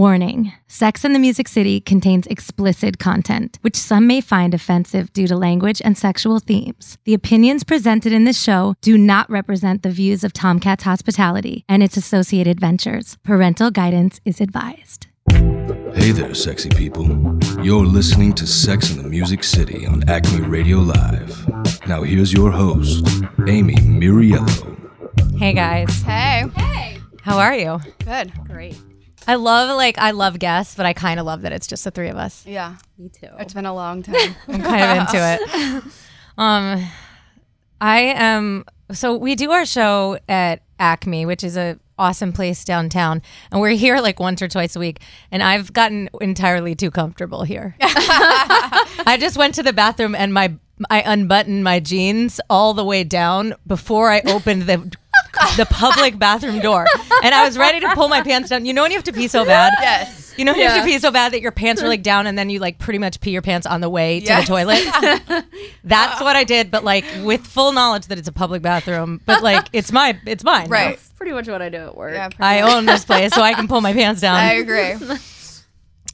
Warning Sex in the Music City contains explicit content, which some may find offensive due to language and sexual themes. The opinions presented in this show do not represent the views of Tomcats Hospitality and its associated ventures. Parental guidance is advised. Hey there, sexy people. You're listening to Sex in the Music City on Acme Radio Live. Now, here's your host, Amy Miriello. Hey guys, Hey. how are you? Good. Great. I love like I love guests, but I kind of love that it's just the three of us. Yeah. Me too. It's been a long time. I'm kind of into it. Um, I am. So we do our show at Acme, which is a awesome place downtown, and we're here like once or twice a week. And I've gotten entirely too comfortable here. I just went to the bathroom and my I unbuttoned my jeans all the way down before I opened the the public bathroom door, and I was ready to pull my pants down. You know when you have to pee so bad? yes. You know, when you have to pee so bad that your pants are like down, and then you like pretty much pee your pants on the way to Yes. the toilet. That's what I did, but like with full knowledge that it's a public bathroom, but like it's my, it's mine. Right. That's pretty much what I do at work. Yeah. pretty I much. own this place, so I can pull my pants I down. agree.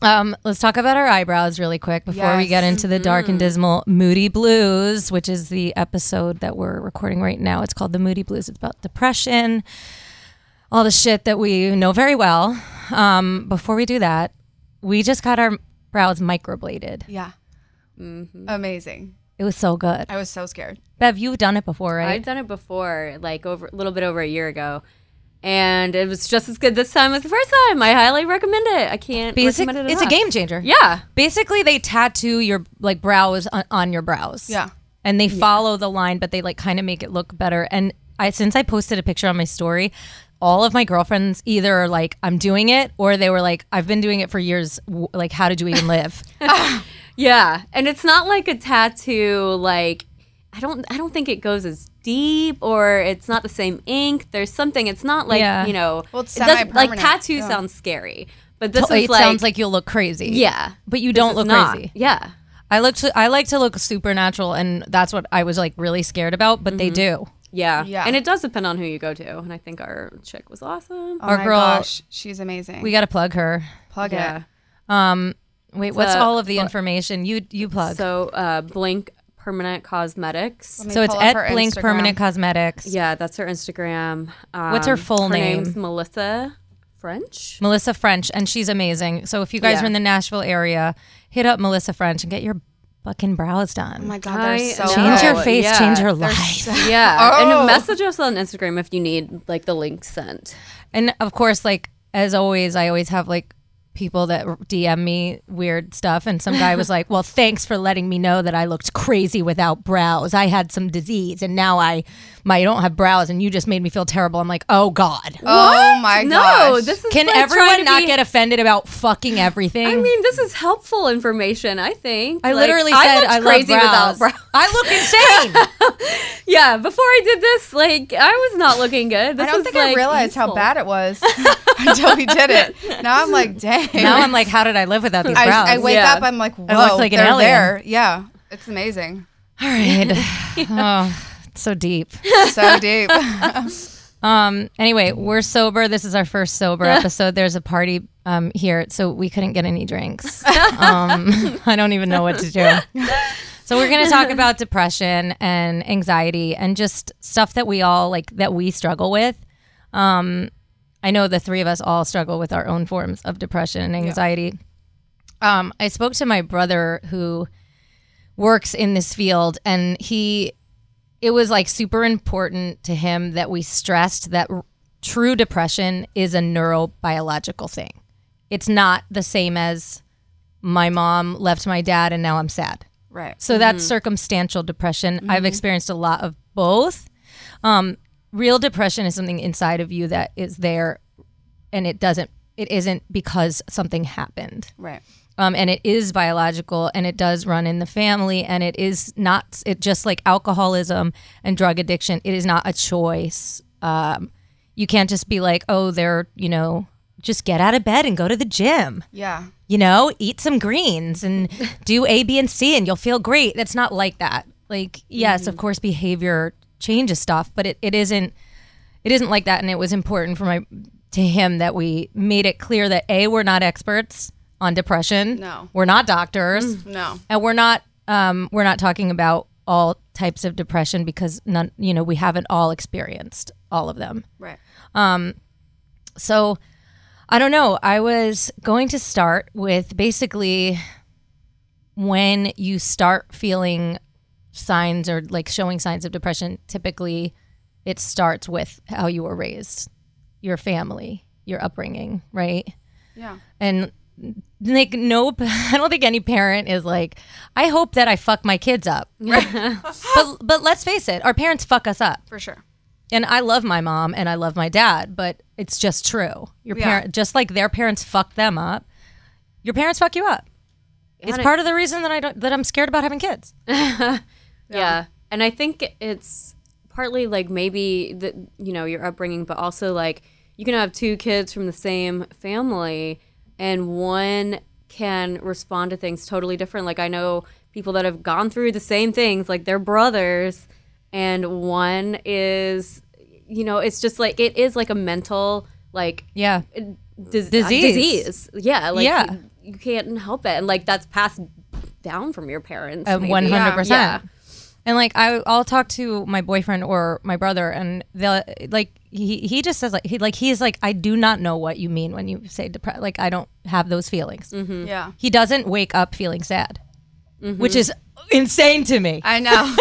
Um, let's talk about our eyebrows really quick before we Yes. get into the dark and dismal Moody Blues, which is the episode that we're recording right now. It's called The Moody Blues. It's about depression, all the shit that we know very well. Um, before we do that, we just got our brows microbladed. Yeah. Mm-hmm. Amazing. It was so good. I was so scared. Bev, you've done it before, I've right? done it before, like over a little bit over a year ago. And it was just as good this time as the first time. I highly recommend it. I can't Basic, recommend it it's a enough. game changer. Yeah. Basically, they tattoo your like brows on, on your brows. Yeah. And they follow the line, but they like kind of make it look better. And I since I posted a picture on my story, all of my girlfriends either are like, "I'm doing it," or they were like, "I've been doing it for years. W- Like, how did you even live?" Yeah. And it's not like a tattoo like I don't I don't think it goes as deep or it's not the same ink. There's something it's not like, Yeah. you know, Well, it's it doesn't- like semi-permanent. tattoo Yeah. sounds scary. But this is it like sounds like you'll look crazy. Yeah. but you This don't is look not- crazy. Yeah. I look. To, I like to look supernatural, and that's what I was like really scared about. But they do. Yeah. Yeah. And it does depend on who you go to. And I think our chick was awesome. Oh Our my girl- gosh. She's amazing. We got to plug her. plug yeah. it. Um, wait, what's So- all of the information you you plug? So, So uh, Blink Permanent Cosmetics. Let me it's pull up at her Blink Instagram. Permanent Cosmetics. Yeah, that's her Instagram. Um, What's her full name? name's Melissa French. Melissa French, and she's amazing. So if you guys Yeah. are in the Nashville area, hit up Melissa French and get your fucking brows done. Oh my god, they're I so know. change your good. face, yeah. change your They're life. so- Yeah, Oh. and message us on Instagram if you need like the link sent. and of course, like as always, I always have like people that DM me weird stuff, and some guy was like, "Well, thanks for letting me know that I looked crazy without brows. I had some disease, and now I, my I don't have brows, and you just made me feel terrible." I'm like, "Oh God." Oh my no, gosh. this is Can like, trying everyone to not be- get offended about fucking everything? I mean, this is helpful information. I think. I Like, literally said looked I, crazy love brows. without brows. I look insane. Yeah, before I did this, like I was not looking good. This I don't is, think I like, realized how useful. bad it was until we did it. Now I'm like, dang. now I'm like, how did I live without these I, brows? I wake Yeah. up, I'm like, whoa, like an they're alien. there. Yeah. It's amazing. All right. Oh, it's so deep. So deep. Um. Anyway, we're sober. This is our first sober episode. There's a party um here, so we couldn't get any drinks. Um, I don't even know what to do. So we're gonna talk about depression and anxiety and just stuff that we all like that we struggle with. Um, I know the three of us all struggle with our own forms of depression and anxiety. Um, I spoke to my brother who works in this field, and he it was like super important to him that we stressed that r- true depression is a neurobiological thing. It's not the same as my mom left my dad and now I'm sad. right. So that's circumstantial depression. I've experienced a lot of both. Um, real depression is something inside of you that is there and it doesn't it isn't because something happened Right. um, and it is biological and it does run in the family and it is not it just like alcoholism and drug addiction it is not a choice um, you can't just be like oh they're you know just get out of bed and go to the gym Yeah. you know eat some greens and do a b and c and you'll feel great that's not like that like yes of course behavior changes stuff but it, it isn't it isn't like that and it was important for my to him that we made it clear that A, we're not experts on depression. No. Mm. We're not doctors. No. and we're not um, we're not talking about all types of depression because none you know we haven't all experienced all of them Right. so i don't know i was going to start with basically when you start feeling signs or like showing signs of depression typically it starts with how you were raised your family your upbringing right Yeah. and like nope i don't think any parent is like i hope that i fuck my kids up right? but but let's face it our parents fuck us up For sure. and i love my mom and i love my dad but it's just true your Yeah. parent just like their parents fuck them up your parents fuck you up it's part of the reason that i don't that i'm scared about having kids Yeah. And I think it's partly like maybe the you know your upbringing, but also like you can have two kids from the same family, and one can respond to things totally different. Like I know people that have gone through the same things, like they're brothers, and one is you know it's just like it is like a mental like yeah dis- uh, Disease. disease. Yeah, like Yeah. You, you can't help it, and like that's passed down from your parents. Uh, maybe. 100%. Yeah. And like I, I'll talk to my boyfriend or my brother, and they'll like he he just says like he like he's like I do not know what you mean when you say depressed. Like I don't have those feelings. Yeah. He doesn't wake up feeling sad, Mm-hmm. which is insane to me. I know.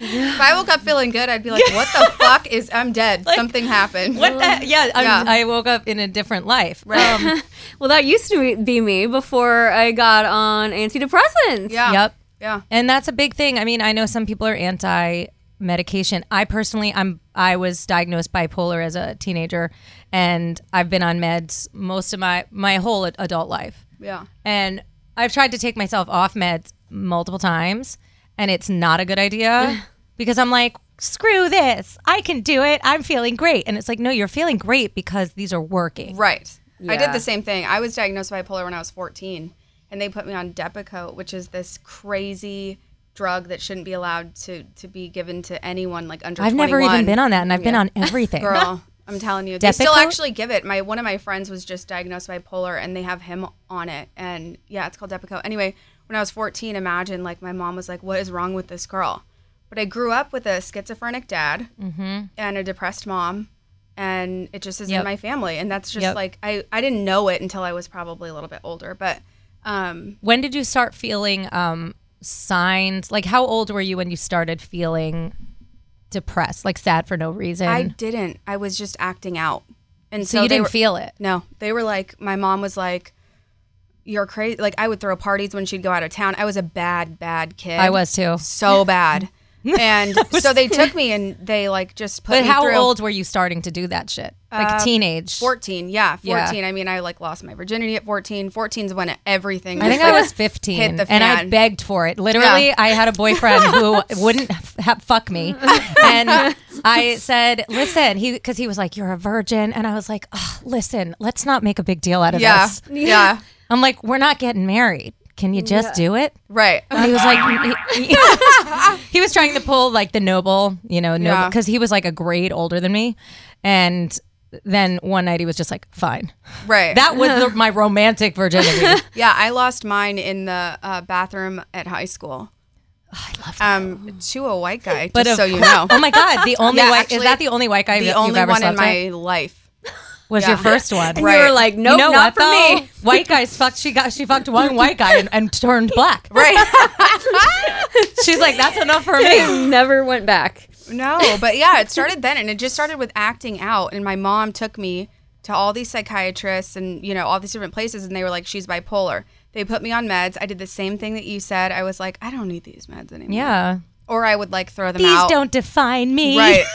if I woke up feeling good, I'd be like, what the fuck is, I'm dead. Something happened. what the, yeah, I'm, Oh. Yeah. I woke up in a different life. Um, Well, that used to be me before I got on antidepressants. Yeah. Yep. Yeah. And that's a big thing. I mean, I know some people are anti medication. I personally I'm I was diagnosed bipolar as a teenager and I've been on meds most of my my whole ad- adult life. Yeah. And I've tried to take myself off meds multiple times and it's not a good idea because I'm like screw this. I can do it. I'm feeling great. And it's like no, you're feeling great because these are working. Right. I Yeah. did the same thing. I was diagnosed bipolar when I was 14, and they put me on Depakote, which is this crazy drug that shouldn't be allowed to to be given to anyone like under. I've never 21. even been on that and I've been on everything. Girl, I'm telling you, they still Depakote? actually give it. My one of my friends was just diagnosed bipolar, and they have him on it. And yeah, it's called Depakote. Anyway, when I was 14, imagine like my mom was like, "What is wrong with this girl?" But I grew up with a schizophrenic dad and a depressed mom, and it just is Mm-hmm. Yep. in my family. And that's just Yep. like I I didn't know it until I was probably a little bit older, but. Um, when did you start feeling um signs like how old were you when you started feeling depressed like sad for no reason I didn't. I was just acting out, and so, so, you they didn't were- feel it No, they were like, my mom was like, you're crazy. Like, I would throw parties when she'd go out of town. I was a bad, bad kid. i was too so bad. And so they took me and they like just put but me how through Uh, old were you starting to do that shit like teenage 14. Yeah, Yeah. 14. I mean, I like lost my virginity at 14. 14's when everything. I think just, I like, was 15 hit the and I fan. begged for it. Literally, Yeah. I had a boyfriend who wouldn't f- ha- fuck me. And I said, listen, he, cause he was like, you're a virgin. And I was like, "Ugh, listen, let's not make a big deal out of Yeah. this. Yeah. I'm like, we're not getting married. Can you just do it? Right. And he was like, he, he- he was trying to pull like the noble, you know, noble, Yeah. because he was like a grade older than me. And then one night he was just like, fine. Right. That was the, my romantic virginity. I yeah, I lost mine in the uh, bathroom at high school. Oh, love that. Um, to a white guy, But just of so you course- know. Oh my God. The only Yeah, white, is actually, that the only white guy The you've only ever one in slept with? my life. was yeah. your first one. And you Right. were like, You nope, know what, not for though? me. White guys fucked. She got she fucked one white guy and, and turned black. Right. She's like, that's enough for me. Never went back. No, but yeah, it started then, and it just started with acting out. And my mom took me to all these psychiatrists and you know all these different places, and they were like, "She's bipolar." They put me on meds. I did the same thing that you said. I was like, "I don't need these meds anymore." Yeah. Or I would like throw them These out. don't define me. Right.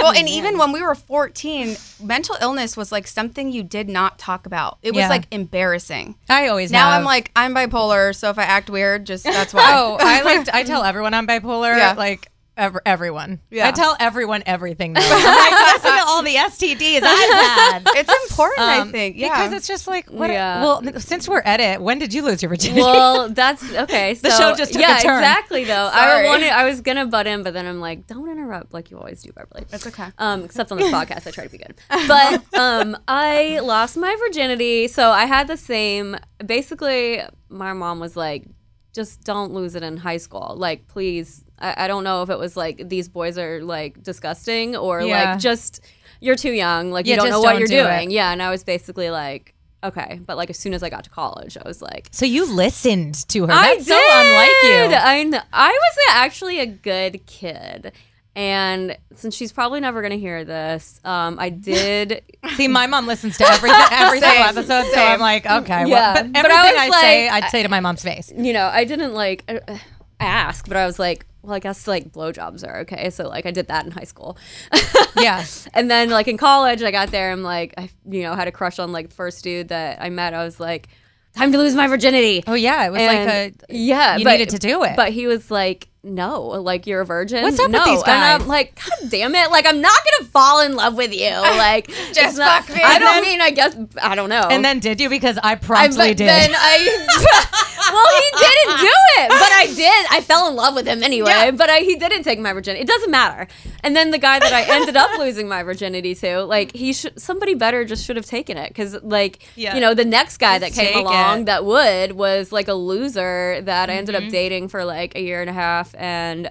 Well, and even when we were 14, mental illness was like something you did not talk about. It was Yeah. like embarrassing. I always Now I'm have. like, I'm bipolar, so if I act weird, just that's why. Oh, I like I tell everyone I'm bipolar. Yeah. Like ev- everyone. Yeah. I tell everyone everything. Now. I listen to all the STDs I've had. It's important, I Um, think. Yeah. Because it's just like, what? Yeah. Well, since we're at it, when did you lose your virginity? Well, that's okay. So, The show just took a yeah, turn. exactly. Though Sorry. I wanted, I was gonna butt in, but then I'm like, don't interrupt like you always do, Beverly. That's okay. Um, except on this podcast, I try to be good. But um, I lost my virginity, so I had the same. Basically, my mom was like, just don't lose it in high school. Like, please. I, I don't know if it was like these boys are like disgusting or Yeah. like just you're too young. Like Yeah, you don't know just what don't you're do it. doing. Yeah, and I was basically like. Okay, but like as soon as I got to college, I was like, so you listened to her. I That's so unlike you. I kn- I was actually a good kid. And since she's probably never going to hear this, um, I did. See, my mom listens to every every single episode, so I'm like, okay. Yeah. Well, but everything But I I, was say, like- I'd say to my mom's face. you know, I didn't like uh, ask, but I was like, well, I guess like blowjobs are okay. So like I did that in high school. Yeah. and then like in college, I got there. I'm like, I you know had a crush on like the first dude that I met. I was like, time to lose my virginity. Oh yeah, it was And- like a yeah, you needed to do it. But he was like, no, like you're a virgin. What's up with no. these And guys? I'm like, god damn it! Like I'm not gonna fall in love with you. Like Just it's not- fuck me. I And don't then- mean. I guess I don't know. and then did you because I I, promptly but did. then I. well, he didn't do it, but I did. I fell in love with him anyway. But I, he didn't take my virginity. It doesn't matter. And then the guy that I ended up losing my virginity to, like he should somebody better just should have taken it because like Yeah. you know the next guy Just that take came along it. that would was like a loser that I ended Mm-hmm. up dating for like a year and a half and.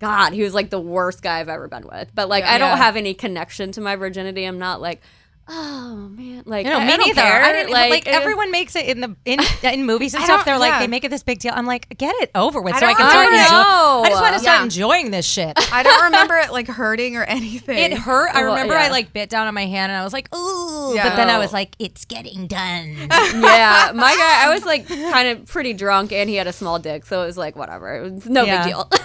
God, he was like the worst guy I've ever been with. But like, I don't Yeah. have any connection to my virginity. I'm not like, oh man, like You know, I, me I don't neither. care. I didn't, like, it- everyone makes it in the in, in movies and I stuff. don't- They're like yeah. they make it this big deal. I'm like, get it over with, I so I don't- can I start. don't enjoying- I just know. want to start Yeah. enjoying this shit. I don't remember it like hurting or anything. It hurt. I Well, remember I yeah. like bit down on my hand and I was like, ooh. Yeah. But then I No. was like, it's getting done. yeah, my guy, I was like kind of pretty drunk, and he had a small dick, so it was like whatever, it was no Yeah. big deal.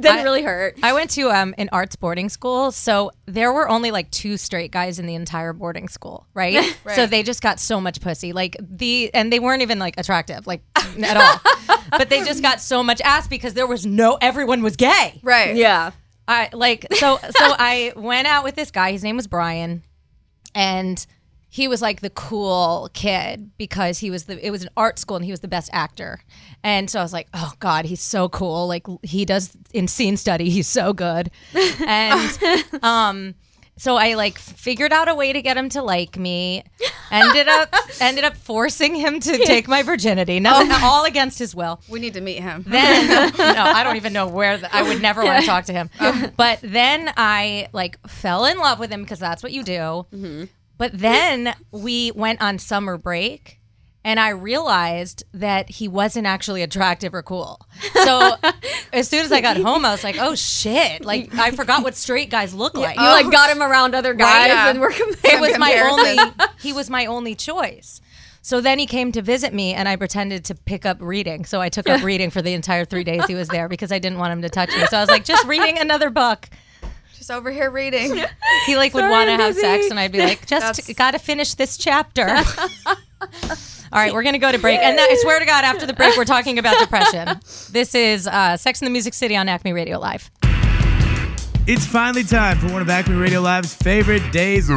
Didn't I- really hurt. I went to um, an arts boarding school, so there were only like two straight guys in the entire boarding school, right? So they just got so much pussy, like the, and they weren't even like attractive, like at all. but they just got so much ass because there was no, everyone was gay. Right. Yeah, I like so so I went out with this guy. His name was Brian, and he was like the cool kid because he was the it was an art school and he was the best actor. And so I was like, oh god, he's so cool. Like he does in scene study, he's so good. And um. So I like figured out a way to get him to like me. Ended up ended up forcing him to take my virginity. Now all against his will We need to meet him. then no, I don't even know where the, I would never want to talk to him. But then I like fell in love with him because that's what you do. But then we went on summer break. And I realized that he wasn't actually attractive or cool. So as soon as I got home, I was like, "Oh shit!" Like I forgot what straight guys look like. you like got him around other guys, yeah. and we're It comparing. was my Comparison. only. He was my only choice. So then he came to visit me, and I pretended to pick up reading. So I took up reading for the entire three days he was there because I didn't want him to touch me. So I was like, just reading another book. Just over here reading. He like would Sorry, want to I'm have sex, busy. and I'd be like, just That's- gotta finish this chapter. All right, we're gonna go to break, and that, I swear to God, after the break, we're talking about depression. This is uh, Sex in the Music City on Acme Radio Live. It's finally time for one of Acme Radio Live's favorite days.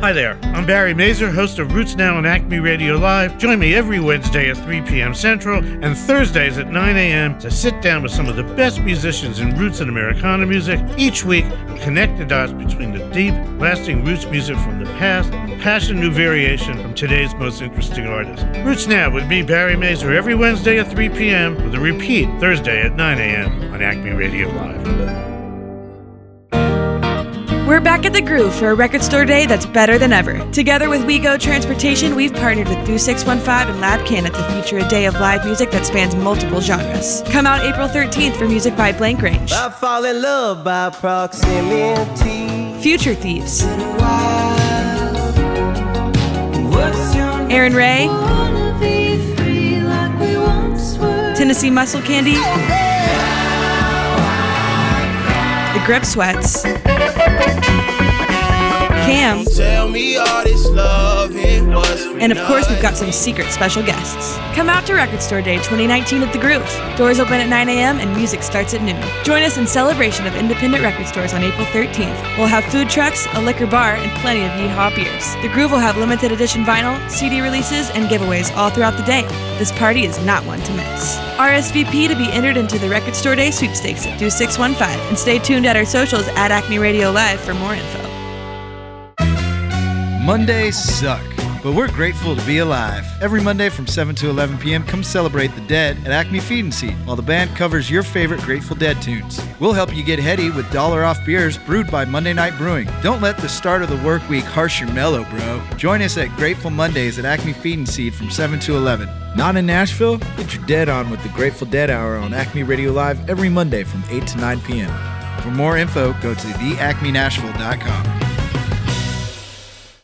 Hi there, I'm Barry Mazer, host of Roots Now and Acme Radio Live. Join me every Wednesday at 3 p.m. Central and Thursdays at 9 a.m. to sit down with some of the best musicians in Roots and Americana music. Each week, we connect the dots between the deep, lasting Roots music from the past and the passion new variation from today's most interesting artists. Roots Now with me, Barry Mazer, every Wednesday at 3 p.m. with a repeat Thursday at 9 a.m. on Acme Radio Live. We're back at the groove for a record store day that's better than ever. Together with WeGo Transportation, we've partnered with Boo 615 and Lab Can to feature a day of live music that spans multiple genres. Come out April 13th for music by Blank Range, I fall in love by proximity. Future Thieves, What's your Aaron Ray, Tennessee Muscle Candy, The Grip Sweats, Cam, Tell me all this love it was And of course, we've got some secret special guests. Come out to Record Store Day 2019 at The Groove. Doors open at 9 a.m. and music starts at noon. Join us in celebration of independent record stores on April 13th. We'll have food trucks, a liquor bar, and plenty of yeehaw beers. The Groove will have limited edition vinyl, CD releases, and giveaways all throughout the day. This party is not one to miss. RSVP to be entered into the Record Store Day sweepstakes at Do 615 and stay tuned at our socials at Acme Radio Live for more info. Mondays suck, but we're grateful to be alive. Every Monday from 7 to 11 p.m., come celebrate the dead at Acme Feed and Seed while the band covers your favorite Grateful Dead tunes. We'll help you get heady with dollar off beers brewed by Monday Night Brewing. Don't let the start of the work week harsh your mellow, bro. Join us at Grateful Mondays at Acme Feed and Seed from 7 to 11. Not in Nashville? Get your dead on with the Grateful Dead Hour on Acme Radio Live every Monday from 8 to 9 p.m. For more info, go to theacmenashville.com.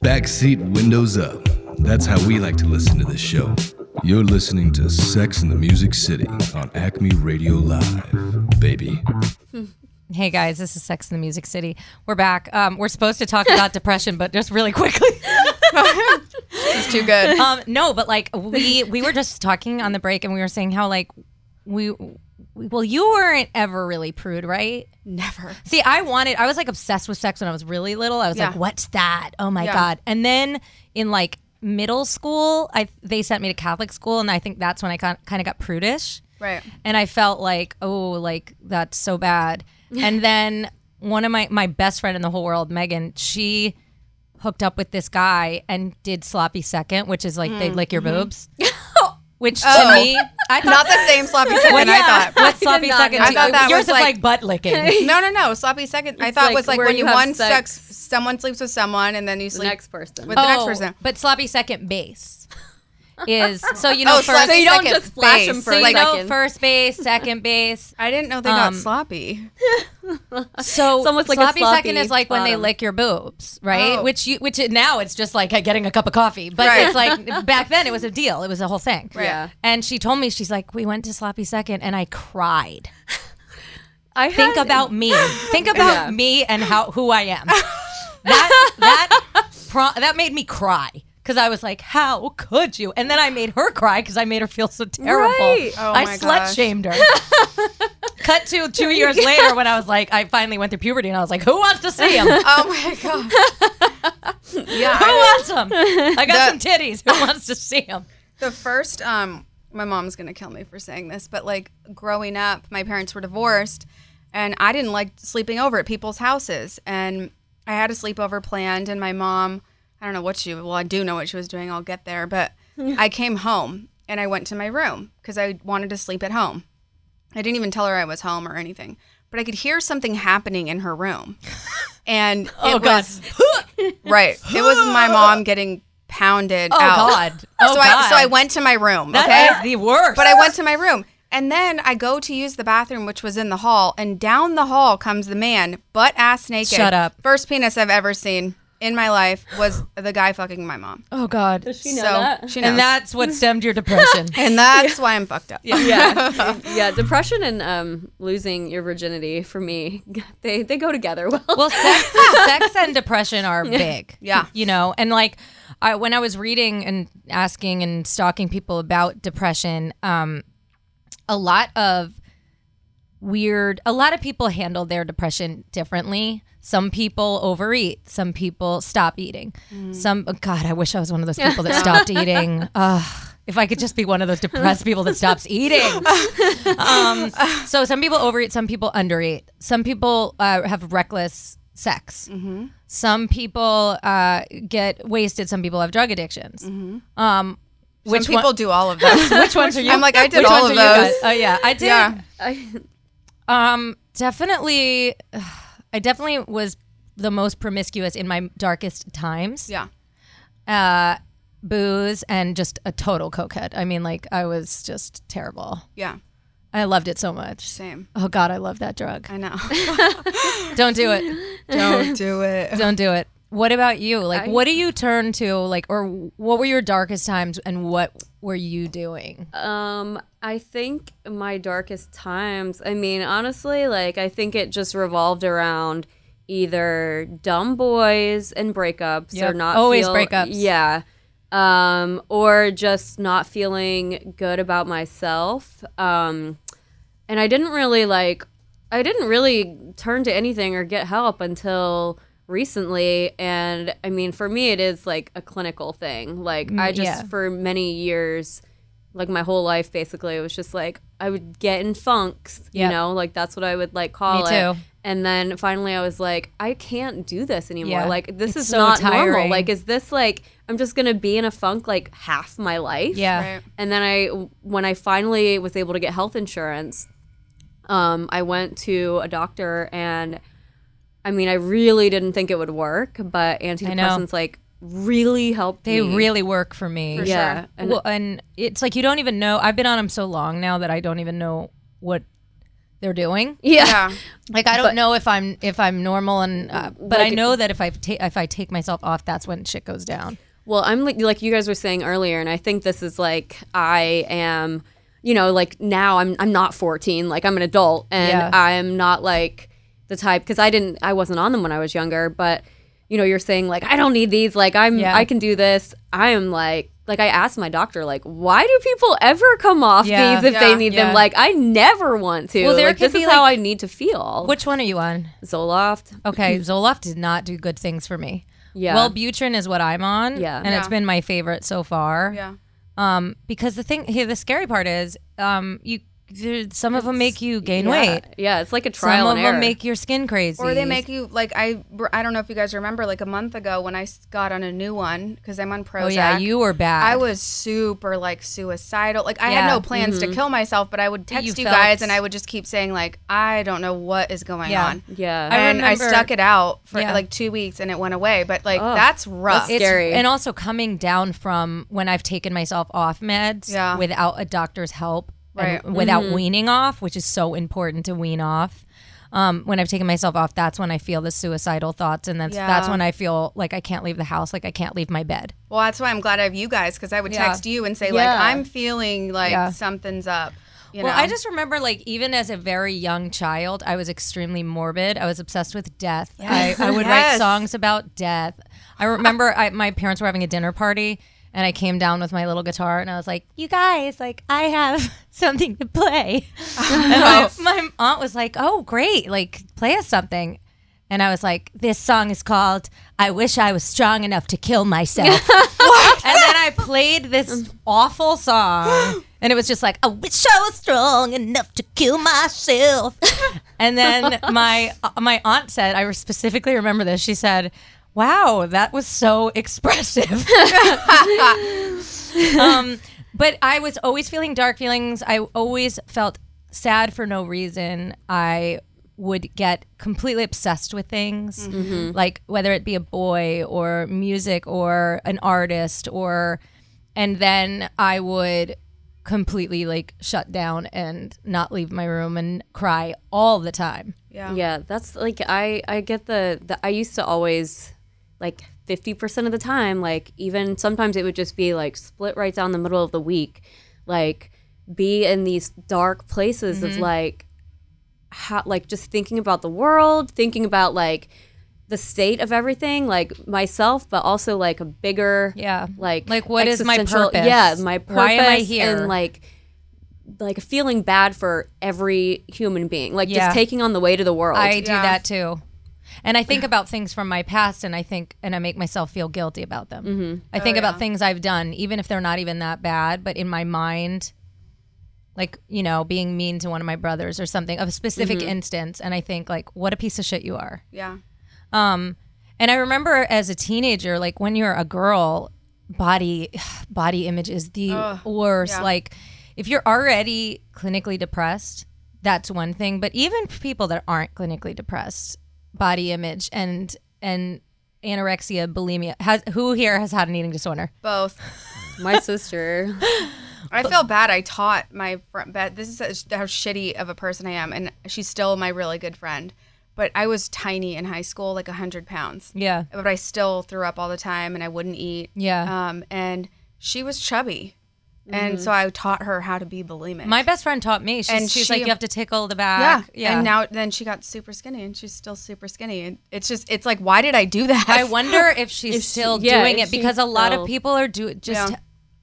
Backseat windows up. That's how we like to listen to this show. You're listening to Sex in the Music City on Acme Radio Live, baby. Hey guys, this is Sex in the Music City. We're back. Um, we're supposed to talk about depression, but just really quickly. It's too good. um, no, but like we we were just talking on the break, and we were saying how like we, we well you weren't ever really prude, right? Never. See, I wanted, I was like obsessed with sex when I was really little. I was like, Yeah. what's that? Oh my Yeah. God. And then in like middle school, I they sent me to Catholic school. And I think that's when I kind of got prudish. Right. And I felt like, oh, like that's so bad. And then one of my, my best friend in the whole world, Megan, she hooked up with this guy and did sloppy second, which is like they lick your boobs. Which to Oh. me, I thought Not the same sloppy second Well, yeah. I thought. What's sloppy not second? know. to I thought you? that Yours was is like, like- butt licking. No, no, no. Sloppy second. I It's thought like was like where when you you have one sex- sex. someone sleeps with someone, and then you The sleep next person. with the next Oh, person. But sloppy second base is so you know oh, first sloppy so you don't second just flash 'em base. for so you like- know second. first base, second base. I didn't know they Um, got sloppy. So It's almost like a sloppy, sloppy second is like when they bottom. lick your boobs, right? Oh. Which you which it, now it's just like getting a cup of coffee, but Right. it's like back then it was a deal. It was a whole thing. Yeah. And she told me she's like we went to sloppy second and I cried. I Think had- about me. Think about Yeah. me and how who I am. that that pro- that made me cry because I was like, "How could you?" And then I made her cry because I made her feel so terrible. Right. Oh I my slut gosh. shamed her. Cut to two years later when I was like, I finally went through puberty and I was like, "Who wants to see him? Who Oh my god. yeah. I- wants him? I got some That- titties. Who wants to see him?" The first, um, my mom's gonna kill me for saying this, but like growing up, my parents were divorced, and I didn't like sleeping over at people's houses, and I had a sleepover planned, and my mom, I don't know what she, well, I do know what she was doing. I'll get there, but I came home and I went to my room because I wanted to sleep at home. I didn't even tell her I was home or anything, but I could hear something happening in her room, and it Oh God! was right. It was my mom getting pounded. Oh out God! Oh so God! I so I went to my room. That okay, is the worst. but I went to my room, and then I go to use the bathroom, which was in the hall, and down the hall comes the man, butt ass naked. Shut up. First penis I've ever seen in my life was the guy fucking my mom. Oh God! You so know that? she knows, And and, that- that's what stemmed your depression. and that's why I'm fucked up. Yeah. yeah, yeah. Depression and um, losing your virginity for me, they they go together well. Well, sex, sex and depression are big. Yeah. You know, and like I, when I was reading and asking and stalking people about depression, um, a lot of weird, a lot of people handle their depression differently. Some people overeat, some people stop eating. Mm. Some, oh, God, I wish I was one of those people that stopped eating. Ugh. If I could just be one of those depressed people that stops eating. Um, so some people overeat, some people undereat, some people uh, have reckless sex, Mm-hmm. some people uh, get wasted, some people have drug addictions. Mm-hmm. Um, Which which people one, do all of those. Which ones are you? I'm like, I did which all ones of are you those. guys? Oh yeah, I did. Yeah. I, Um, definitely, I definitely was the most promiscuous in my darkest times. Yeah. Uh, booze and just a total cokehead. I mean, like I was just terrible. Yeah. I loved it so much. Same. Oh God, I love that drug. I know. Don't do it. Don't do it. Don't do it. What about you? Like, I- what do you turn to? Like, or what were your darkest times, and what were you doing? Um, I think my darkest times. I mean, honestly, like I think it just revolved around either dumb boys and breakups Yep. or not Always feel- breakups. Yeah, um, or just not feeling good about myself. Um, and I didn't really like, I didn't really turn to anything or get help until recently. And I mean, for me, it is like a clinical thing. Like, I Mm, just, yeah. for many years, like my whole life basically, it was just like, I would get in funks, Yep. you know, like that's what I would like Me call it. too. And then finally, I was like, I can't do this anymore. Yeah. Like, this It's is so not normal. tiring. Like, is this like I'm just gonna be in a funk like half my life? Yeah. Right. And then I, when I finally was able to get health insurance, um, I went to a doctor, and I mean, I really didn't think it would work, but antidepressants like really helped. They me. really work for me. For Yeah, sure. And, and- well, and it's like you don't even know. I've been on them so long now that I don't even know what they're doing. Yeah. Yeah. Like I don't But- know if I'm if I'm normal and uh, but I Like- know that if I ta- if I take myself off that's when shit goes down. Well, I'm like like you guys were saying earlier, and I think this is like I am, you know, like now I'm I'm not 14, like I'm an adult, and Yeah. I'm not like the type because I didn't I wasn't on them when I was younger, but you know, you're saying like I don't need these, like I'm Yeah. I can do this. I am like like I asked my doctor like why do people ever come off Yeah. these if Yeah. they need Yeah. them? Like I never want to. Well, there like, could this is be, how I like- need to feel. Which one are you on? Zoloft. Okay, Zoloft did not do good things for me. Yeah. Wellbutrin is what I'm on. Yeah. And it's Yeah. been my favorite so far. Yeah. Um, because the thing here, the scary part is, um, you there, some of them make you gain yeah. weight. Yeah, it's like a trial Some and of them error. make your skin crazy. Or they make you like I I don't know if you guys remember like a month ago when I s- got on a new one because I'm on Prozac. Oh yeah, you were bad. I was super like suicidal. Like I had Yeah. no plans Mhm. to kill myself, but I would text you, you felt- guys and I would just keep saying like I don't know what is going Yeah. on. Yeah. I And I, remember- stuck it out for Yeah. like 2 weeks and it went away, but like that's rough. It's- And also coming down from when I've taken myself off meds Yeah. without a doctor's help and Right. without Mm-hmm. Mhm. weaning off, which is so important to wean off. Um, when I've taken myself off, that's when I feel the suicidal thoughts, and that's that's Yeah. when I feel like I can't leave the house, like I can't leave my bed. well, that's why I'm glad I have you guys cuz I would Yeah. text you and say Yeah. like I'm feeling like Yeah. something's up. You well, know? I just remember, like, even as a very young child, I was extremely morbid. I was obsessed with death. Yes. I, I would write Yes. songs about death. I remember I, my parents were having a dinner party, and I came down with my little guitar, and I was like, "You guys, like, I have something to play." and my, my aunt was like, "Oh, great! Like, play us something." And I was like, "This song is called I Wish I Was Strong Enough to Kill Myself." And then I played this awful song, and it was just like, I wish I was strong enough to kill myself. And then my uh, my aunt said, I specifically remember this. She said, "Wow, that was so expressive." um, but I was always feeling dark feelings. I always felt sad for no reason. I would get completely obsessed with things, Mhm. like whether it be a boy or music or an artist, or and then I would completely like shut down and not leave my room and cry all the time. Yeah. Yeah, that's like I I get the, the I used to always like 50% of the time like even sometimes it would just be like split right down the middle of the week like be in these dark places of Mhm. like how like just thinking about the world, thinking about like the state of everything, like myself, but also like a bigger yeah like Like, what is my existential- purpose? Yeah, my purpose. Why am I here? And like like feeling bad for every human being, like Yeah. just taking on the weight of the world. I do that too. And I think about things from my past and I think, and I make myself feel guilty about them. Mhm. I Oh, think about yeah. things I've done, even if they're not even that bad, but in my mind, like, you know, being mean to one of my brothers or something of a specific Mm-hmm. Mhm. instance. And I think, like, what a piece of shit you are. yeah. Um, and I remember as a teenager, like when you're a girl, body body image is the Ugh, worst. yeah. Like if you're already clinically depressed, that's one thing. But even for people that aren't clinically depressed, body image and and anorexia, bulimia. Has, who here has had an eating disorder? Both. My sister. I feel bad. I taught my friend. But this is how shitty of a person I am, and she's still my really good friend. But I was tiny in high school, like hundred pounds. Yeah. But I still threw up all the time, and I wouldn't eat. Yeah. Um, and she was chubby, And so I taught her how to be bulimic. My best friend taught me. She's, And she's she- like, you have to tickle the yeah. back. And now then she got super skinny and she's still super skinny. And it's just it's like why did I do that? I wonder if she's still yeah, doing if it because a she's lot of still- people are do just Yeah.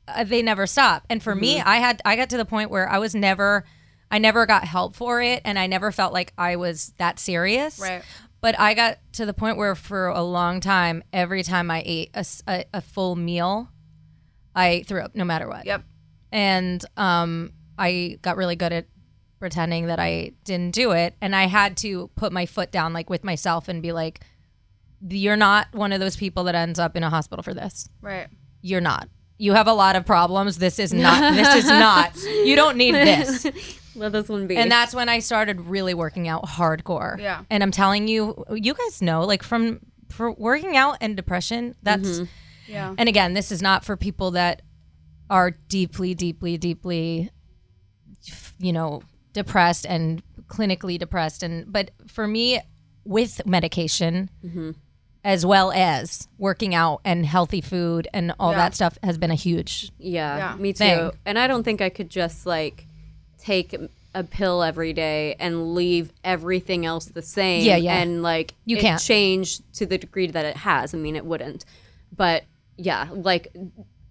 uh, they never stop. And for me, Mhm. I had I got to the point where I was never I never got help for it and I never felt like I was that serious. Right. But I got to the point where for a long time every time I ate a, s- a- a full meal, I threw up no matter what. Yep. And um I got really good at pretending that I didn't do it and I had to put my foot down like with myself and be like you're not one of those people that ends up in a hospital for this. Right. You're not. You have a lot of problems. This is not. this is not. You don't need this. Let this one be. And that's when I started really working out hardcore. Yeah. And I'm telling you, you guys know, like from for working out and depression, that's Mhm. Yeah. And again, this is not for people that are deeply, deeply, deeply you know, depressed and clinically depressed and but for me with medication Mhm. as well as working out and healthy food and all Yeah. that stuff has been a huge Yeah, me too. thing. And I don't think I could just like take a pill every day and leave everything else the same. Yeah, yeah. And like You it can't. change to the degree that it has. I mean, it wouldn't. But yeah, like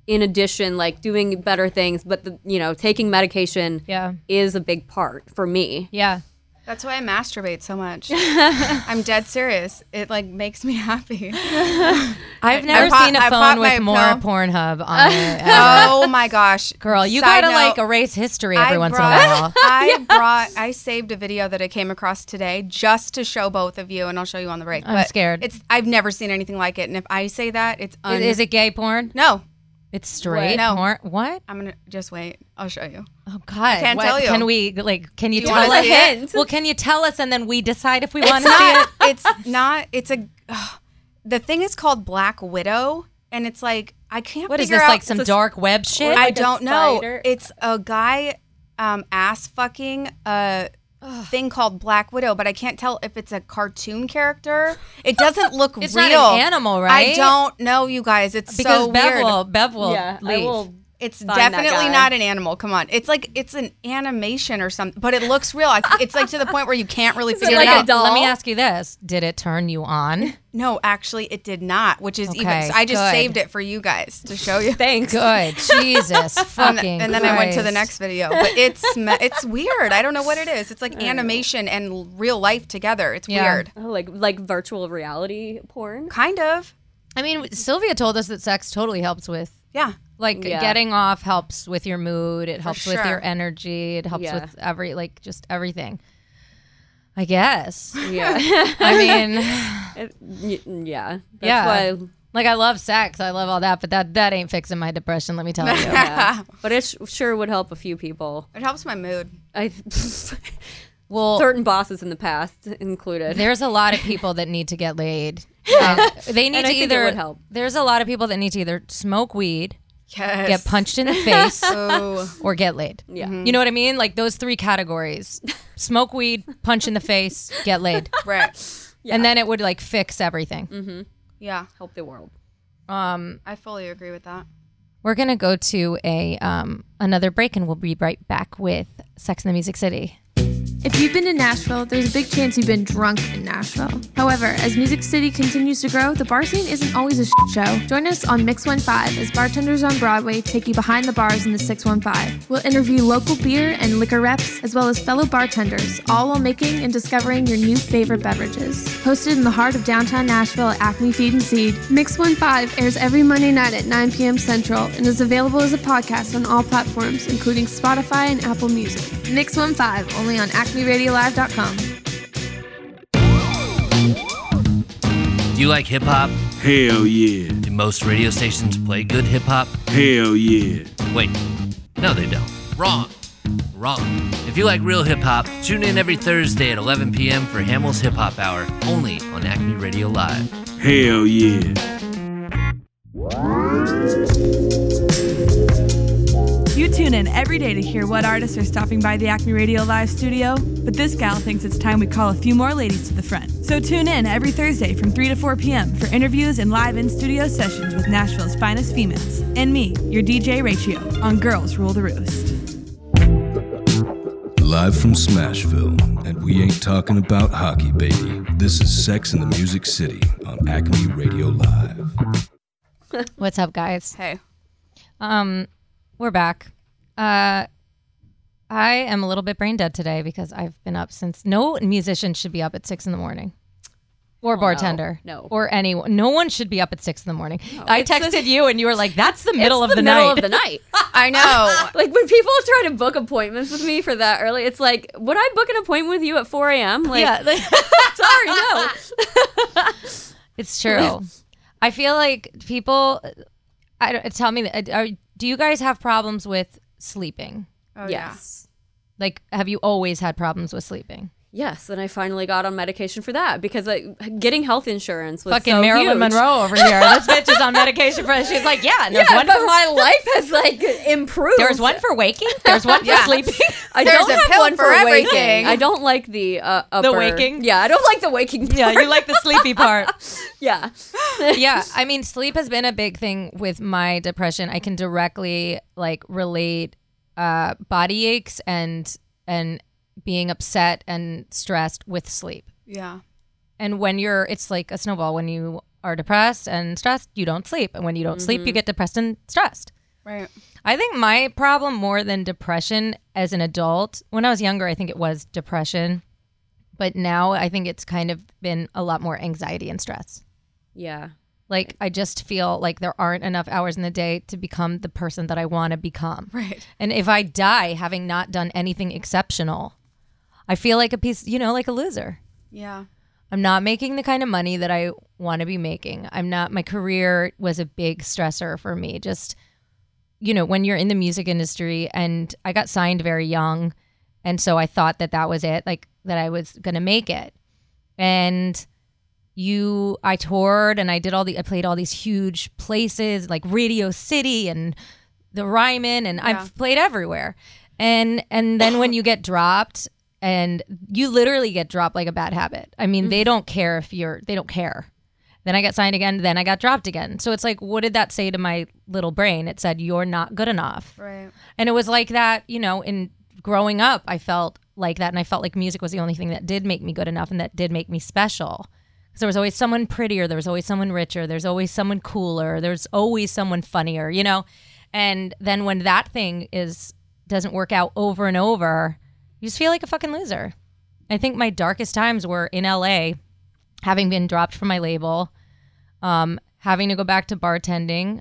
in addition, like doing better things, but the, you know, taking medication yeah. is a big part for me. Yeah. That's why I masturbate so much. I'm dead serious. It like makes me happy. I've never seen a phone with more Pornhub on it. ever. oh my gosh, Girl, you Side gotta note, like erase history every I once brought, in a while. I brought, I saved a video that I came across today just to show both of you, and I'll show you on the break. I'm But scared. It's I've never seen anything like it, and if I say that, it's un- Is it gay porn? No, It's straight No. porn. What? I'm gonna just wait. I'll show you. Oh God, I can't what- tell you. Can we like? Can you, Do you tell wanna us? see it? Well, can you tell us, and then we decide if we It's want to see it? not. It's not. It's a. ugh. the thing is called Black Widow, and it's like I can't. What is figure this out- like? Some dark web shit? I don't know. It's a guy um, ass fucking a thing called Black Widow, but I can't tell if it's a cartoon character. It doesn't look It's real. not an animal, I right? don't know, you guys. It's Because so Bev weird. will- Bev will Yeah, I leave. will it's find that definitely guy. not an animal. Come on, it's like it's an animation or something, but it looks real. I, it's like to the point where you can't really figure it out. Let me ask you this: Did it turn you on? No, actually, it did not. Which is even. Okay, so I just good. saved it for you guys to show you. Thanks. Good. Jesus And, fucking. and then I went to the Christ. next video, but it's me- it's weird. I don't know what it is. It's like animation and l- real life together. It's weird. Oh, like like virtual reality porn. Kind of. I mean, Sylvia told us that sex totally helps with. Yeah. Like Yeah. getting off helps with your mood. It For helps with sure. your energy. It helps Yeah. with every like just everything. I guess. Yeah. I mean, It- y- mm, yeah. That's yeah. why like I love sex. I love all that, but that that ain't fixing my depression. Let me tell you. Yeah. but it sh- sure would help a few people. It helps my mood. I well, certain bosses in the past included. There's a lot of people that need to get laid. And they need And to I think it either would help. There's a lot of people that need to either smoke weed, Yes. get punched in the face, Oh. or get laid. Yeah. Mhm. You know what I mean? Like those three categories. Smoke weed, punch in the face, get laid. Right. And then it would like fix everything. Mm-hmm. Yeah. Help the world. Um, I fully agree with that. We're going to go to a um, another break and we'll be right back with Sex in the Music City. If you've been to Nashville, there's a big chance you've been drunk in Nashville. However, as Music City continues to grow, the bar scene isn't always a shit show. Join us on Mix 15 as bartenders on Broadway take you behind the bars in the 615. We'll interview local beer and liquor reps, as well as fellow bartenders, all while making and discovering your new favorite beverages. Hosted in the heart of downtown Nashville at Acme Feed and Seed, Mix 15 airs every Monday night at 9 p.m. Central and is available as a podcast on all platforms, including Spotify and Apple Music. Mix 15, only on acmeradiolive.com. Do you like hip hop? Hell yeah. Do most radio stations play good hip hop? Hell yeah. Wait, no, they don't. Wrong. Wrong. If you like real hip hop, tune in every Thursday at 11 p.m. for Hamill's Hip Hop Hour, only on Acme Radio Live. Hell yeah. You tune in every day to hear what artists are stopping by the Acme Radio Live studio, but this gal thinks it's time we call a few more ladies to the front. So tune in every Thursday from 3 to 4 p.m. for interviews and live in studio sessions with Nashville's finest females. and me, your DJ Ratio, on Girls Rule the Roost. Live from Smashville, and we ain't talking about hockey, baby. This is Sex in the Music City on Acme Radio Live. What's up, guys? Hey. Um, we're back. Uh, I am a little bit brain dead today because I've been up since no musician should be up at six in the morning. Or Oh, no. bartender. No. Or anyone. No one should be up at six in the morning. I It's the- texted you and you were like, that's the middle it's of the, middle night. of the night. I know. like when people try to book appointments with me for that early, it's like, would I book an appointment with you at 4 a.m.? Like, Yeah, sorry, no. It's true. I feel like people. I don't, tell me. uh, Are, do you guys have problems with sleeping? Oh, yeah. Yes. Like, have you always had problems with sleeping? Yes, and I finally got on medication for that because like getting health insurance was Fucking so Marilyn huge. Monroe over here. This bitch is on medication for. She's like, yeah. There's yeah, one but for my life has like improved. There's one for waking. There's one for Yeah. sleeping. I There's don't a have pill one for for everything. waking. I don't like the uh, upper. The waking? Yeah, I don't like the waking. Yeah, part. you like the sleepy part. yeah. yeah, I mean, sleep has been a big thing with my depression. I can directly like relate uh, body aches and and being upset and stressed with sleep. Yeah. And when you're, it's like a snowball. When you are depressed and stressed, you don't sleep, and when you don't sleep, you Mhm. get depressed and stressed. Right. I think my problem more than depression as an adult, when I was younger, I think it was depression. But now I think it's kind of been a lot more anxiety and stress. Yeah. Like I just feel like there aren't enough hours in the day to become the person that I want to become. Right. And if I die having not done anything exceptional, I feel like a piece, you know, like a loser. Yeah. I'm not making the kind of money that I want to be making. I'm not, my career was a big stressor for me. Just, you know, when you're in the music industry and I got signed very young. And so I thought that that was it, like that I was going to make it. And you, I toured and I did all the, I played all these huge places like Radio City and the Ryman and Yeah. I've played everywhere. And, and then when you get dropped and you literally get dropped like a bad habit. I mean, they don't care if you're, they don't care. Then I got signed again. Then I got dropped again. So it's like, what did that say to my little brain? It said, you're not good enough. Right. And it was like that, you know, in growing up, I felt like that. And I felt like music was the only thing that did make me good enough and that did make me special. Because there was always someone prettier, there was always someone richer, there's always someone cooler, there's always someone funnier, you know? And then when that thing is doesn't work out over and over, you just feel like a fucking loser. I think my darkest times were in LA, having been dropped from my label, um, having to go back to bartending,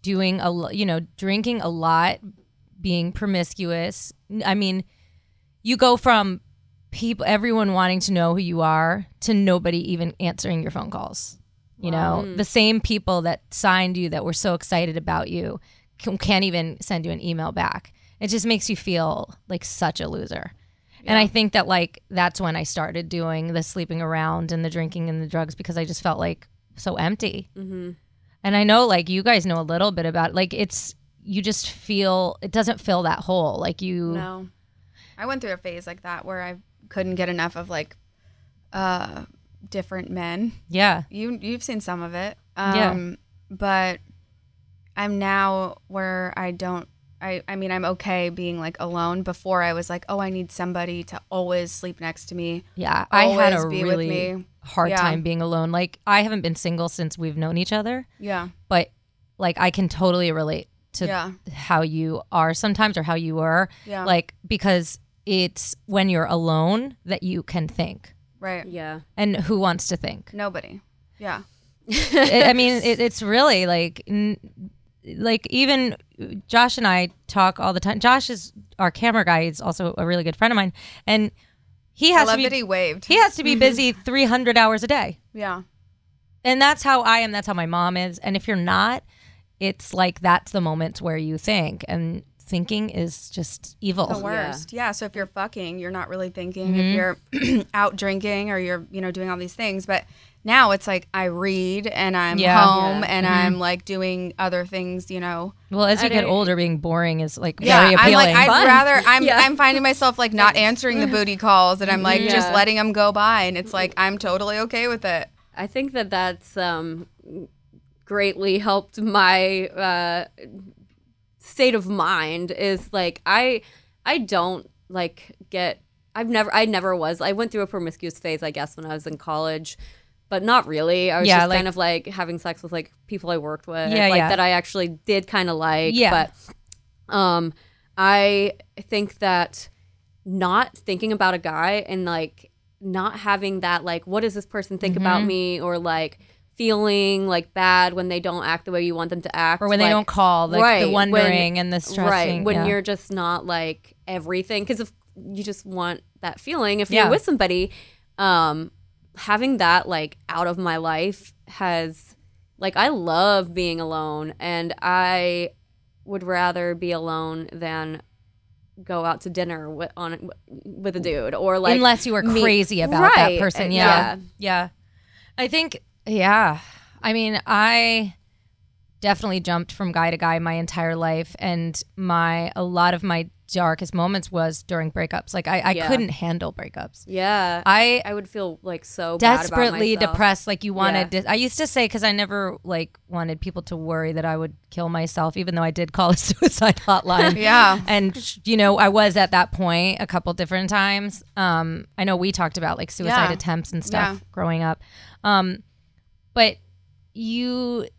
doing a lo- you know drinking a lot, being promiscuous. I mean, you go from people everyone wanting to know who you are to nobody even answering your phone calls. You Wow. know, Mm. the same people that signed you that were so excited about you can, can't even send you an email back. It just makes you feel like such a loser. And I think that like that's when I started doing the sleeping around and the drinking and the drugs because I just felt like so empty. Mhm. And I know like you guys know a little bit about like it's you just feel it doesn't fill that hole like you No. I went through a phase like that where I couldn't get enough of like uh different men. yeah You you've seen some of it. Yeah. Um but I'm now where I don't I, I mean I'm okay being like alone before I was like, oh I need somebody to always sleep next to me. yeah I had always a be with really me. hard Yeah. time being alone. Like I haven't been single since we've known each other. Yeah. but like I can totally relate to Yeah. how you are sometimes or how you were. Yeah. Like because it's when you're alone that you can think. Right. Yeah. And who wants to think? Nobody. Yeah. I I mean, it, it's really like, n- like even Josh and I talk all the time. Josh is our camera guy. He's also a really good friend of mine, and he I has love to be that he waved. he has to be busy 300 hours a day. Yeah. And that's how I am. That's how my mom is. And if you're not, it's like that's the moments where you think, and thinking is just evil. Oh, The worst. Yeah. So if you're fucking, you're not really thinking. Mhm. If you're out drinking or you're, you know, doing all these things. But now it's like I read and I'm Yeah. home Yeah. and Mhm. I'm like doing other things, you know. Well, as you I get don't- older, being boring is like Yeah, very I'm appealing. like I'd Fun. rather I'm Yeah. I'm finding myself like not answering the booty calls and I'm like just Yeah. letting them go by and it's like I'm totally okay with it. I think that that's um, greatly helped my uh, state of mind is like I I don't like get I've never I never was I went through a promiscuous phase I guess when I was in college but not really I was Yeah, just like- kind of like having sex with like people I worked with Yeah, like yeah. that I actually did kind of like Yeah. but um I think that not thinking about a guy and like not having that like what does this person think about Mhm. me or like feeling like bad when they don't act the way you want them to act Or when they like- don't call, like, the wondering and the stressing, right when yeah. you're just not like everything because if you just want that feeling if Yeah. you're with somebody um having that like out of my life has like I love being alone and I would rather be alone than go out to dinner with on with a dude or like unless you were meet- crazy about that Right, person. and- Yeah. yeah. I think yeah. I mean, I definitely jumped from guy to guy my entire life and my a lot of my darkest moments was during breakups. Like I, I Yeah. couldn't handle breakups. Yeah. I I would feel like so bad about desperately myself. depressed like you wanted Yeah. to, i used to say because i never like wanted people to worry that i would kill myself even though i did call a suicide hotline Yeah. and you know i was at that point a couple different times um i know we talked about like suicide Yeah. attempts and Yeah. stuff growing up um but you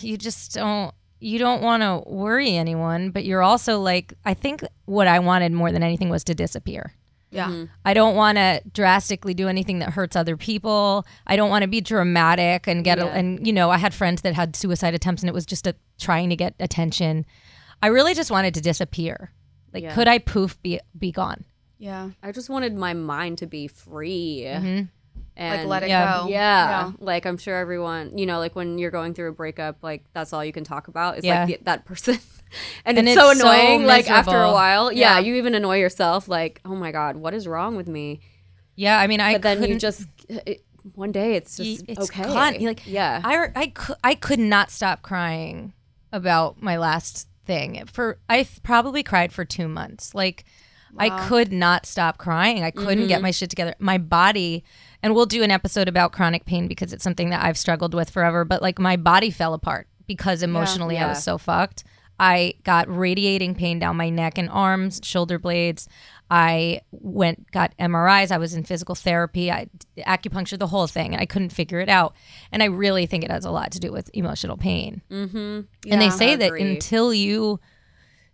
you just don't you don't want to worry anyone but you're also like i think what i wanted more than anything was to disappear Yeah. Mhm. i don't want to drastically do anything that hurts other people i don't want to be dramatic and get a, Yeah. and you know i had friends that had suicide attempts and it was just a, trying to get attention i really just wanted to disappear like Yeah. could i poof be be gone Yeah. I just wanted my mind to be free. Mhm. And Like, let it yeah. go. Yeah. Yeah. Like I'm sure everyone, you know, like when you're going through a breakup, like that's all you can talk about is Yeah. like the, that person. and, And it's, it's so so annoying. like after a miserable. while, Yeah. yeah, you even annoy yourself. Like, oh my god, what is wrong with me? yeah i mean i but then you couldn't- just it, one day it's Y- just it's okay. gone. You're like yeah, I I could I could not stop crying about my last thing for I th- probably cried for two months. Like Wow. I could not stop crying. I couldn't get Mhm. my shit together. My body, and we'll do an episode about chronic pain because it's something that I've struggled with forever. But like my body fell apart because emotionally I Yeah. was so fucked. I got radiating pain down my neck and arms, shoulder blades. I went got MRIs. I was in physical therapy. I acupuncture the whole thing, and I couldn't figure it out. And I really think it has a lot to do with emotional pain. mm-hmm. and they Yeah. say that Agreed. until you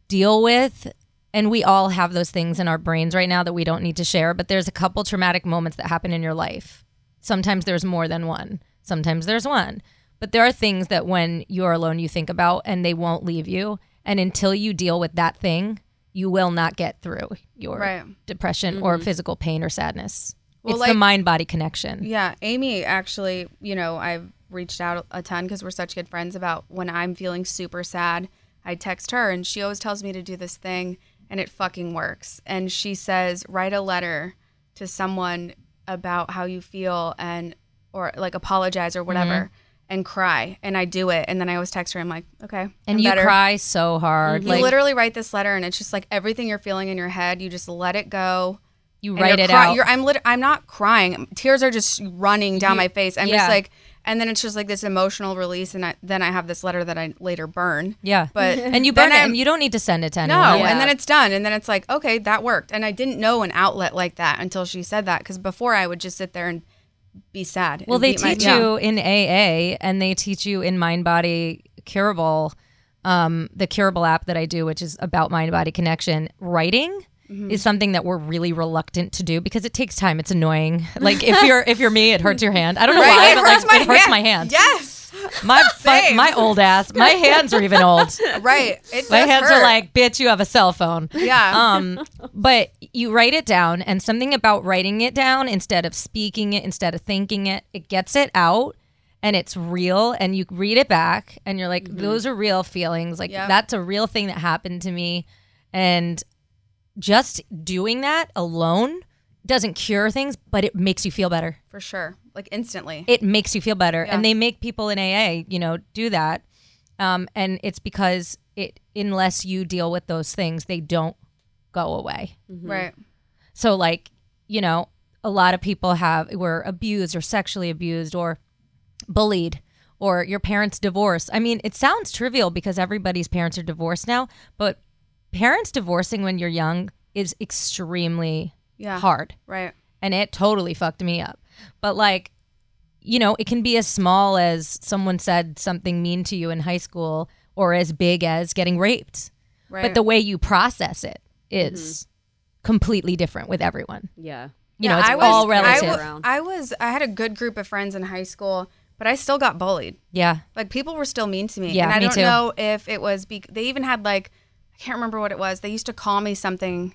deal with, and we all have those things in our brains right now that we don't need to share. But there's a couple traumatic moments that happen in your life. Sometimes there's more than one. Sometimes there's one. But there are things that when you're alone, you think about, and they won't leave you. And until you deal with that thing, you will not get through your Right. Mm-hmm. depression or physical pain or sadness. Well, it's the like- mind body connection. Yeah, Amy actually, you know, I've reached out a ton because we're such good friends about when I'm feeling super sad, I text her and she always tells me to do this thing and it fucking works. And she says, write a letter to someone about how you feel and or like apologize or whatever Mm-hmm. and cry. And I do it. And then I always text her, I'm like, okay. I'm And you better. cry so hard. You Like, literally write this letter, and it's just like everything you're feeling in your head. You just let it go. You and write you're it cry- out. You're, I'm lit- I'm not crying. Tears are just running down You- my face. I'm yeah. just like, and then it's just like this emotional release, and I, then I have this letter that I later burn. Yeah. But and you then burn it I'm- and you don't need to send it to no, anyone. Yeah. and then it's done, and then it's like, okay, that worked, and I didn't know an outlet like that until she said that, because before I would just sit there and be sad. Well, and they beat my- teach Yeah. you in AA and they teach you in Mind Body Curable, um, the Curable app that I do, which is about mind body connection. Writing is something that we're really reluctant to do because it takes time. It's annoying. Like if you're if you're me, it hurts your hand. I don't know Right? why, It but hurts like my it hurts hand. my hand. Yes. My my, Same. my old ass. My hands are even old. Right. It My does hands hurt. are like, bitch, you have a cell phone. Yeah. Um, but you write it down, and something about writing it down instead of speaking it, instead of thinking it, it gets it out and it's real. And you read it back, and you're like, Mm-hmm. those are real feelings. Like, Yep. that's a real thing that happened to me. And just doing that alone doesn't cure things, but it makes you feel better for sure, like instantly. it makes you feel better Yeah. and they make people in aa you know do that um, and it's because it unless you deal with those things they don't go away Right. so like you know a lot of people have were abused or sexually abused or bullied or your parents' divorce. I mean, it sounds trivial because everybody's parents are divorced now, but parents divorcing when you're young is extremely Yeah. hard. Right. And it totally fucked me up. But like, you know, it can be as small as someone said something mean to you in high school or as big as getting raped. Right. But the way you process it is completely different with everyone. Yeah. You know, it's all relative. I, wa- I was, I had a good group of friends in high school, but I still got bullied. yeah. Like people were still mean to me. Yeah, and I me don't too. know if it was. Be- they even had like, I can't remember what it was. They used to call me something.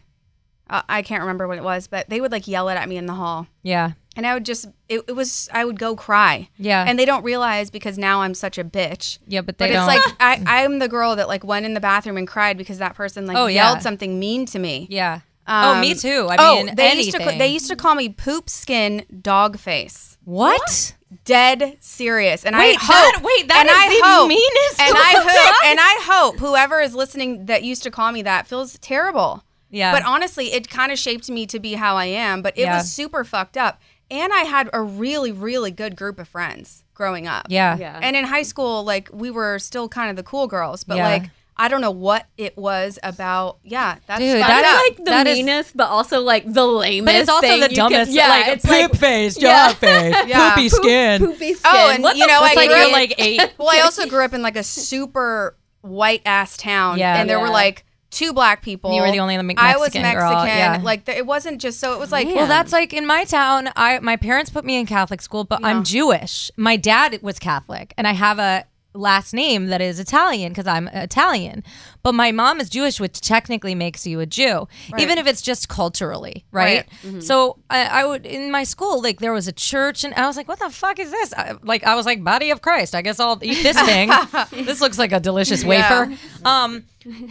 Uh, I can't remember what it was, but they would like yell it at me in the hall. Yeah. And I would just, it, it was, I would go cry. Yeah. And they don't realize because now I'm such a bitch. Yeah, but they but don't. Mm. it's like I, I'm the girl that like went in the bathroom and cried because that person like Oh, yeah. yelled something mean to me. Yeah. Oh, me too. I oh, mean, they used to ca- anything. they used to call me poop skin dog face. What? Dead serious. And Wait, I hope. that- wait, that and is I the hope, meanest And I little hope. guy. And I hope whoever is listening that used to call me that feels terrible. Yeah. But honestly, it kind of shaped me to be how I am. But it Yeah. was super fucked up. And I had a really, really good group of friends growing up. Yeah. Yeah. And in high school, like we were still kind of the cool girls, but Yeah. like I don't know what it was about. Yeah, that's Dude, fucked that's up. like the meanest, but also like the lamest. But it's also thing the you dumbest, Can, yeah, like, it's like Poop face, Yeah. dog face, Yeah. poopy Poop- skin. Oh, and What you the- know, I That's like grew you're up- like eight. Well, I also grew up in like a super white ass town, Yeah. and there were Yeah. like two black people. You were the only Me- I was Mexican Mexican. girl, yeah. Like th- it wasn't just so. It was like well, that's like in my town. I my parents put me in Catholic school, but I'm Jewish. My dad was Catholic, and I have a last name that is Italian because I'm Italian. But my mom is Jewish, which technically makes you a Jew, Right. even if it's just culturally, right? Right. Mhm. So I, I would in my school, like there was a church, and I was like, "What the fuck is this?" I, like I was like, "Body of Christ." I guess I'll eat this thing. this looks like a delicious Yeah. wafer. Um,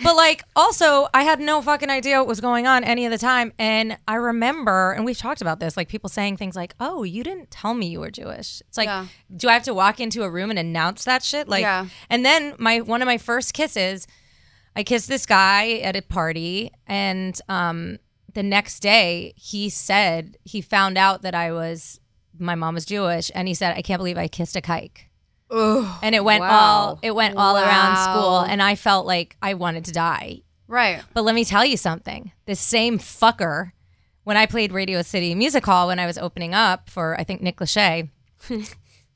but like also, I had no fucking idea what was going on any of the time. And I remember, and we've talked about this, like people saying things like, "Oh, you didn't tell me you were Jewish." It's like, Yeah. do I have to walk into a room and announce that shit? Like, Yeah. and then my one of my first kisses, I kissed this guy at a party, and um, the next day he said he found out that I was my mom was Jewish, and he said, "I can't believe I kissed a kike." and it went all it went all around school Wow. and i felt like i wanted to die right but let me tell you something this same fucker when i played radio city music hall when i was opening up for i think nick lachey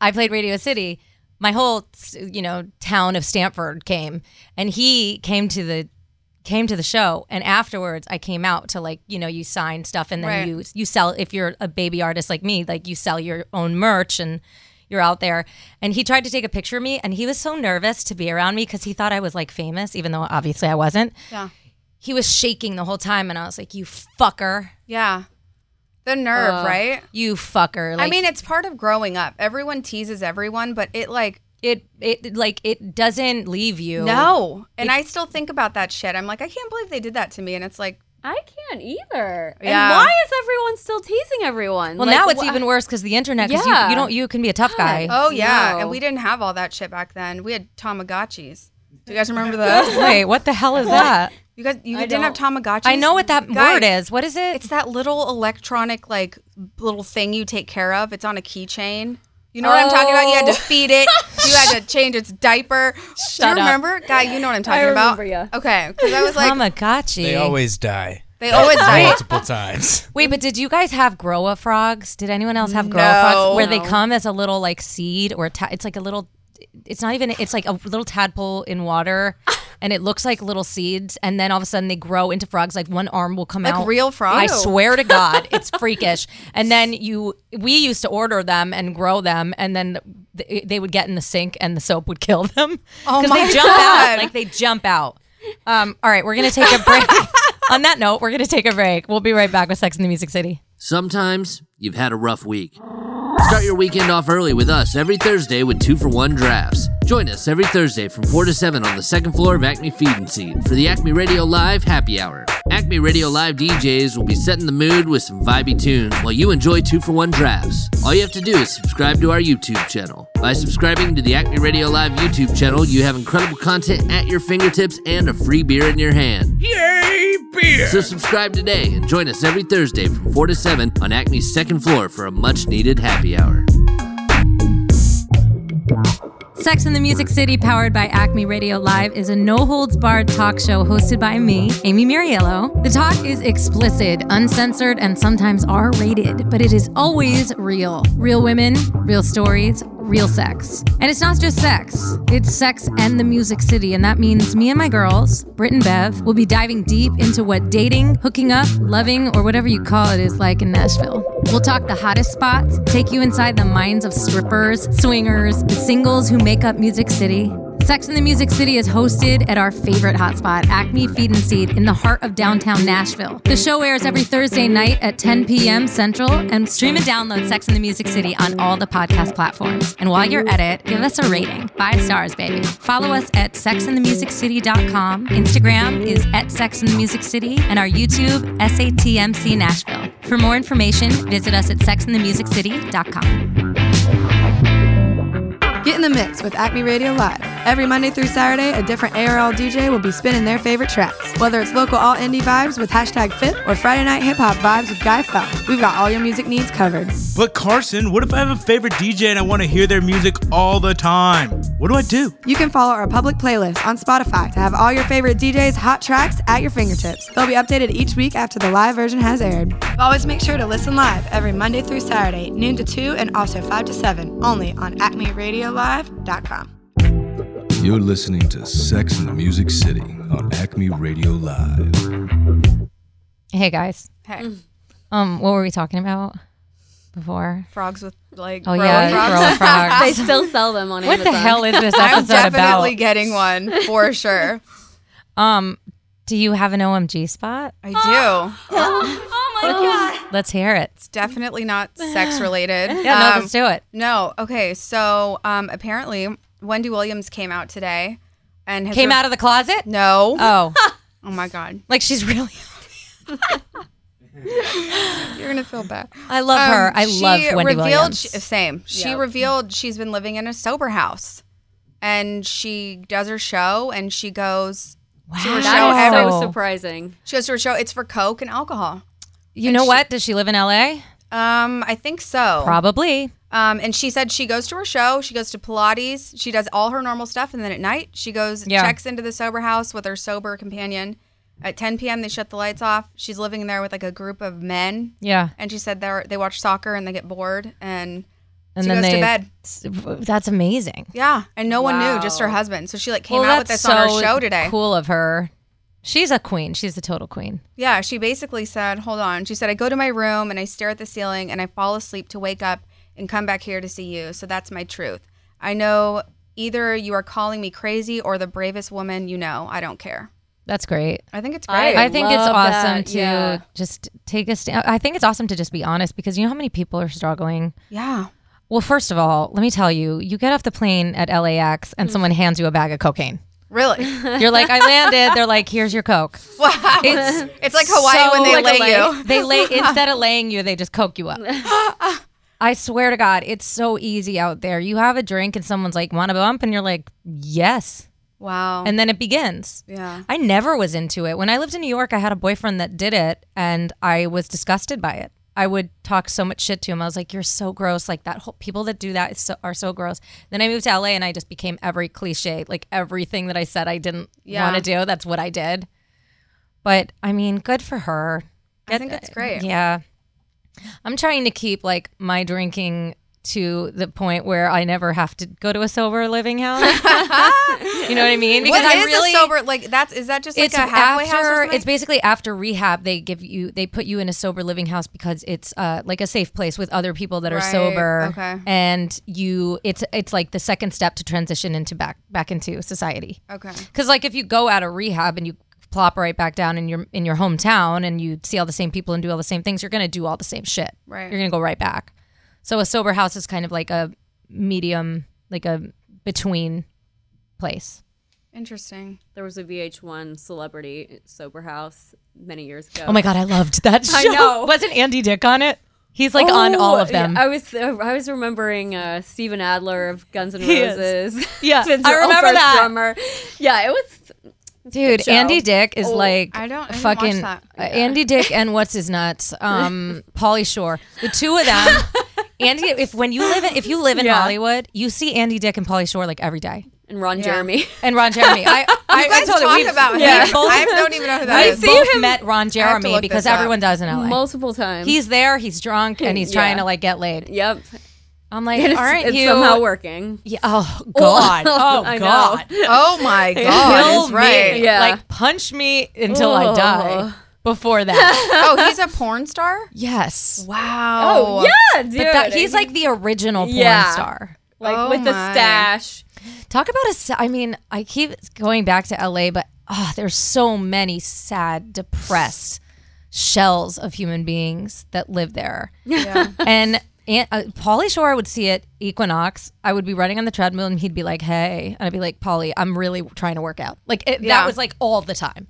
i played radio city my whole you know town of stamford came and he came to the came to the show and afterwards i came out to like you know you sign stuff and then Right. you you sell if you're a baby artist like me like you sell your own merch and you're out there and he tried to take a picture of me and he was so nervous to be around me because he thought i was like famous even though obviously i wasn't yeah, he was shaking the whole time and i was like you fucker yeah, the nerve, Ugh. right? you fucker like, I mean, it's part of growing up. Everyone teases everyone, but it like it it like it doesn't leave you No, and It- I still think about that shit. I'm like, I can't believe they did that to me, and it's like I can't either. Yeah. And why is everyone still teasing everyone? well Like, now it's wh- even worse because the internet 'cause you- Yeah. you, don't you can be a tough guy Oh yeah, No. and we didn't have all that shit back then. We had Tamagotchis. Do you guys remember those? Wait, what the hell is that? You guys, you I didn't have Tamagotchis. I know what that Guys, word is. What is it? It's that little electronic, like little thing you take care of. It's on a keychain. You know what I'm talking about? You had Oh. to feed it. you had to change its diaper. Do you up. remember, guy? You know what I'm talking I about? remember, yeah. Okay, because I was like, Tamagotchi. They always die. They always die. multiple times. Wait, but did you guys have grow a frogs? Did anyone else have grow No. a frogs where they No. come as a little like seed or ta- it's like a little it's not even it's like a little tadpole in water and it looks like little seeds and then all of a sudden they grow into frogs like one arm will come Like out real I frogs? swear to god it's freakish and then you we used to order them and grow them and then th- they would get in the sink and the soap would kill them Oh because my they jump God. out like they jump out um, all right we're gonna take a break on that note we're gonna take a break we'll be right back with sex in the music city Sometimes you've had a rough week. Start your weekend off early with us every Thursday with two for one drafts. Join us every Thursday from 4 to 7 on the second floor of Acme Feed and Seed for the Acme Radio Live Happy Hour. Acme Radio Live DJs will be setting the mood with some vibey tunes while you enjoy two for one drafts. All you have to do is subscribe to our YouTube channel. By subscribing to the Acme Radio Live YouTube channel, you have incredible content at your fingertips and a free beer in your hand. Yay, So subscribe today and join us every Thursday from 4 to 7 on Acme's second floor for a much needed happy hour. Sex in the Music City, powered by Acme Radio Live, is a no holds barred talk show hosted by me, Amy Muriello. The talk is explicit, uncensored, and sometimes R rated, but it is always real. Real women, real stories, real sex. And it's not just sex, it's sex and the Music City. And that means me and my girls, Britt and Bev, will be diving deep into what dating, hooking up, loving, or whatever you call it is like in Nashville. We'll talk the hottest spots, take you inside the minds of strippers, swingers, the singles who make up Music City. Sex in the Music City is hosted at our favorite hotspot, Acme Feed and Seed, in the heart of downtown Nashville. The show airs every Thursday night at 10 p.m. Central, and stream and download Sex in the Music City on all the podcast platforms. And while you're at it, give us a rating. Five stars, baby. Follow us at sexinthemusiccity.com. Instagram is at Sex in the Music City, and our YouTube, SATMC Nashville. For more information, visit us at sexinthemusiccity.com. Get in the mix with Acme Radio Live. Every Monday through Saturday, a different ARL DJ will be spinning their favorite tracks. Whether it's local all indie vibes with hashtag fit or Friday night hip hop vibes with Guy Felt, we've got all your music needs covered. But Carson, what if I have a favorite DJ and I want to hear their music all the time? What do I do? You can follow our public playlist on Spotify to have all your favorite DJs' hot tracks at your fingertips. They'll be updated each week after the live version has aired. Always make sure to listen live every Monday through Saturday, noon to 2 and also 5 to 7, only on acmeradiolive.com. You're listening to Sex in the Music City on Acme Radio Live. Hey guys. Hey. Um, what were we talking about before? Frogs with like Oh burrowing yeah, burrow frogs. frogs. They still sell them on What the Amazon. hell is this I'm episode definitely about? getting one for sure. Um, do you have an OMG spot? I do. Oh my god. Let's hear it. It's definitely not sex related. Um, Yeah, no, let's do it. No, okay. So um, apparently, Wendy Williams came out today, and has Came out of the closet? No. Oh. oh my god. Like she's really You're gonna feel bad. Um, I love her. I she love Wendy revealed, Williams. She, same. She Yep. revealed she's been living in a sober house, and she does her show, and she goes to her That show is every. so surprising. She goes to her show. It's for coke and alcohol. You know what? Does she live in LA? Um, I think so. Probably. Um, and she said she goes to her show, she goes to Pilates, she does all her normal stuff, and then at night she goes Yeah. checks into the sober house with her sober companion. At 10 p.m. they shut the lights off. She's living there with like a group of men. Yeah. And she said they are they watch soccer and they get bored and, And she then goes they to bed. That's amazing. Yeah, and no one knew, just her Wow. husband. So she like came Well, out with this that's on so her show today. Cool of her. She's a queen. She's a total queen. Yeah, she basically said, "Hold on." She said, "I go to my room and I stare at the ceiling and I fall asleep to wake up and come back here to see you. So that's my truth. I know either you are calling me crazy or the bravest woman you know. I don't care." That's great. I think it's I, great. think it's awesome to yeah. just take a stand. I think it's awesome to just be honest because you know how many people are struggling. Yeah. Well, first of all, let me tell you, you get off the plane at LAX and Mm. someone hands you a bag of cocaine. Really? You're like, I landed. They're like, here's your coke. Wow. It's, like Hawaii when they Like lay LA. you. They lay instead of laying you, they just coke you up. I swear to God, it's so easy out there. You have a drink and someone's like, "Want a bump?" and you're like, "Yes." Wow. And then it begins. Yeah. I never was into it. When I lived in New York, I had a boyfriend that did it and I was disgusted by it. I would talk so much shit to him. I was like, "You're so gross." Like that whole people that do that is so, are so gross. Then I moved to LA and I just became every cliche, like everything that I said I didn't Yeah. want to do. That's what I did. But I mean, good for her. I think it's great. Yeah. I'm trying to keep like my drinking to the point where I never have to go to a sober living house. you know what I mean? What I is a sober like that's is that just like a halfway house or after something? it's basically after rehab they give you they put you in a sober living house because it's uh like a safe place with other people that are Right, sober okay. and you it's it's like the second step to transition into back back into society Okay. because like if you go out of rehab and you plop right back down in your in your hometown and you see all the same people and do all the same things, you're gonna do all the same shit. Right. You're gonna go right back. So a sober house is kind of like a medium, like a between place. Interesting. There was a VH1 celebrity sober house many years ago. Oh my god, I loved that show. I know. Wasn't Andy Dick on it? He's like on Oh, all of yeah, them. I was I was remembering uh, Steven Adler of Guns N' He is. Roses. Yeah, Vince I remember Wilfork's that. drummer. Yeah, it was. Dude, good show. Andy Dick is Oh, like I don't- I didn't watch fucking that. uh, Andy Dick and what's his nuts, um, Polly Shore, the two of them, Andy, if when you live in if you live in Yeah. Hollywood, you see Andy Dick and Pauly Shore like every day. And Ron Jeremy. And Ron Jeremy. I, I, You guys I told talk we've- about we him. both- I don't even know who that we've is. both Seen him- met Ron I have to Jeremy look because this up. everyone does in LA. Multiple times. He's there, he's drunk, and he's Yeah. trying to like get laid. Yep. I'm like, And it's- aren't it's you somehow working? Yeah. Oh God. Oh, I know. God. Oh, my God. Kill That's right. me. Yeah. Like punch me until I Oh. die. Before that. oh, he's a porn star. Yes. Wow. Oh, oh, But that, he's like the original porn Yeah. star. Like, Oh with the my. stash. Talk about a. sa- I mean, I keep going back to LA, but oh, there's so many sad, depressed shells of human beings that live there. Yeah. and and uh, Pauly Shore would see it Equinox. I would be running on the treadmill, and he'd be like, "Hey," and I'd be like, "Pauly, I'm really trying to work out." Like it, Yeah. that was like all the time.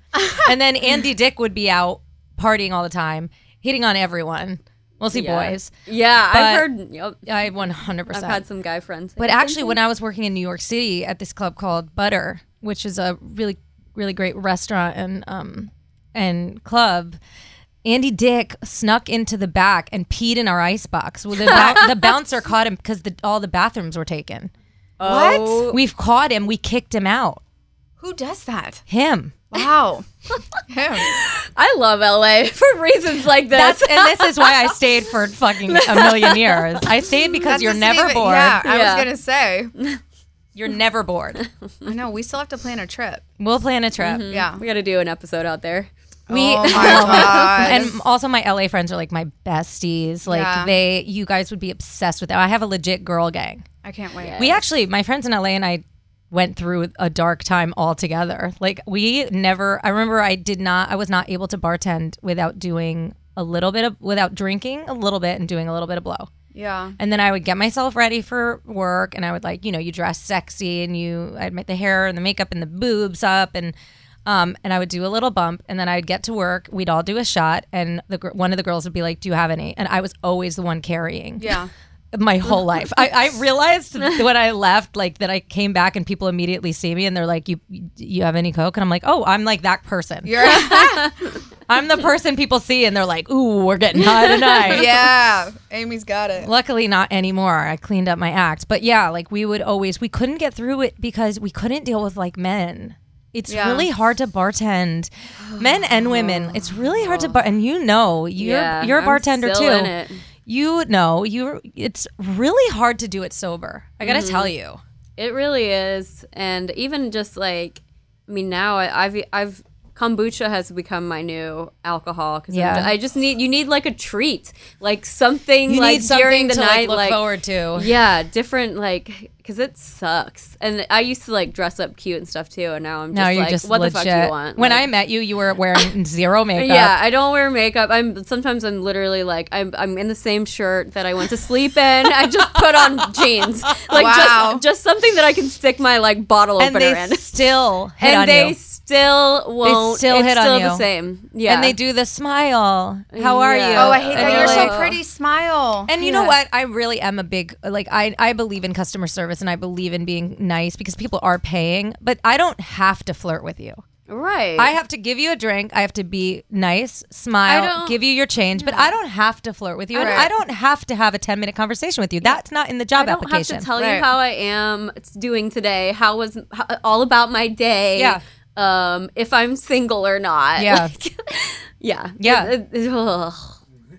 and then Andy Dick would be out partying all the time, hitting on everyone, mostly Yeah. boys. Yeah, I've But- heard. Yep. I 100%. I've had some guy friends. But actually, when I was working in New York City at this club called Butter, which is a really, really great restaurant and um and club, Andy Dick snuck into the back and peed in our ice box. Well, the, bou- the bouncer caught him because the, all the bathrooms were taken. What? We've caught him. We kicked him out. Who does that? Him. Wow. Him. I love LA for reasons like this. That's and this is why I stayed for fucking a million years. I stayed because That's you're just never even- bored. Yeah, I was gonna say. You're never bored. I know. We still have to plan a trip. We'll plan a trip. Yeah. We got to do an episode out there. We Oh my God. and also my LA friends are like my besties. Like Yeah. they, you guys would be obsessed with them. I have a legit girl gang. I can't wait. We actually, my friends in LA and I went through a dark time all together. Like we never. I remember I did not. I was not able to bartend without doing a little bit of without drinking a little bit and doing a little bit of blow. Yeah. And then I would get myself ready for work and I would like, you know, you dress sexy and you I'd make the hair and the makeup and the boobs up and um and I would do a little bump and then I'd get to work, we'd all do a shot and the gr- one of the girls would be like, "Do you have any?" And I was always the one carrying. Yeah. My whole life, I, I realized when I left, like that I came back and people immediately see me and they're like, "You, you have any coke?" And I'm like, "Oh, I'm like that person. You're I'm the person people see and they're like, ooh, we're getting high tonight.' yeah. Amy's got it. Luckily, not anymore. I cleaned up my act. But yeah, like we would always, we couldn't get through it because we couldn't deal with like men. It's Yeah. really hard to bartend, men and women. It's really hard to bar, and you know, you're Yeah, you're a I'm bartender still too. in it. You know, you. It's really hard to do it sober. I gotta Mhm. tell you. It really is, and even just like, I mean, now I, I've I've kombucha has become my new alcohol because Yeah. I just need you need like a treat, like something You like need something during the to, like, night, look forward to. Yeah, different like because it sucks, and I used to like dress up cute and stuff too, and now I'm just Now you're like, just what legit. the fuck do you want? When Like- I met you, you were wearing zero makeup. Yeah, I don't wear makeup. I'm sometimes I'm literally like I'm I'm in the same shirt that I went to sleep in. I just put on jeans, like Wow. just just something that I can stick my like bottle and opener they in. still hit and on they you. still won't. They still it's hit still on you. the same. Yeah, and they do the smile. How are Yeah. you? Oh, I hate And that. you're You're so like- Pretty smile. And you know what? I really am a big like I I believe in customer service and I believe in being nice because people are paying, but I don't have to flirt with you. Right. I have to give you a drink. I have to be nice, smile, don't- give you your change, but I don't have to flirt with you. And Right. I don't have to have a 10 minute conversation with you. That's not in the job I don't have application. to tell you how I am it's doing today. How was how, all about my day? Yeah. Um, if I'm single or not. Yeah. Like, yeah. Yeah. It, it- ugh.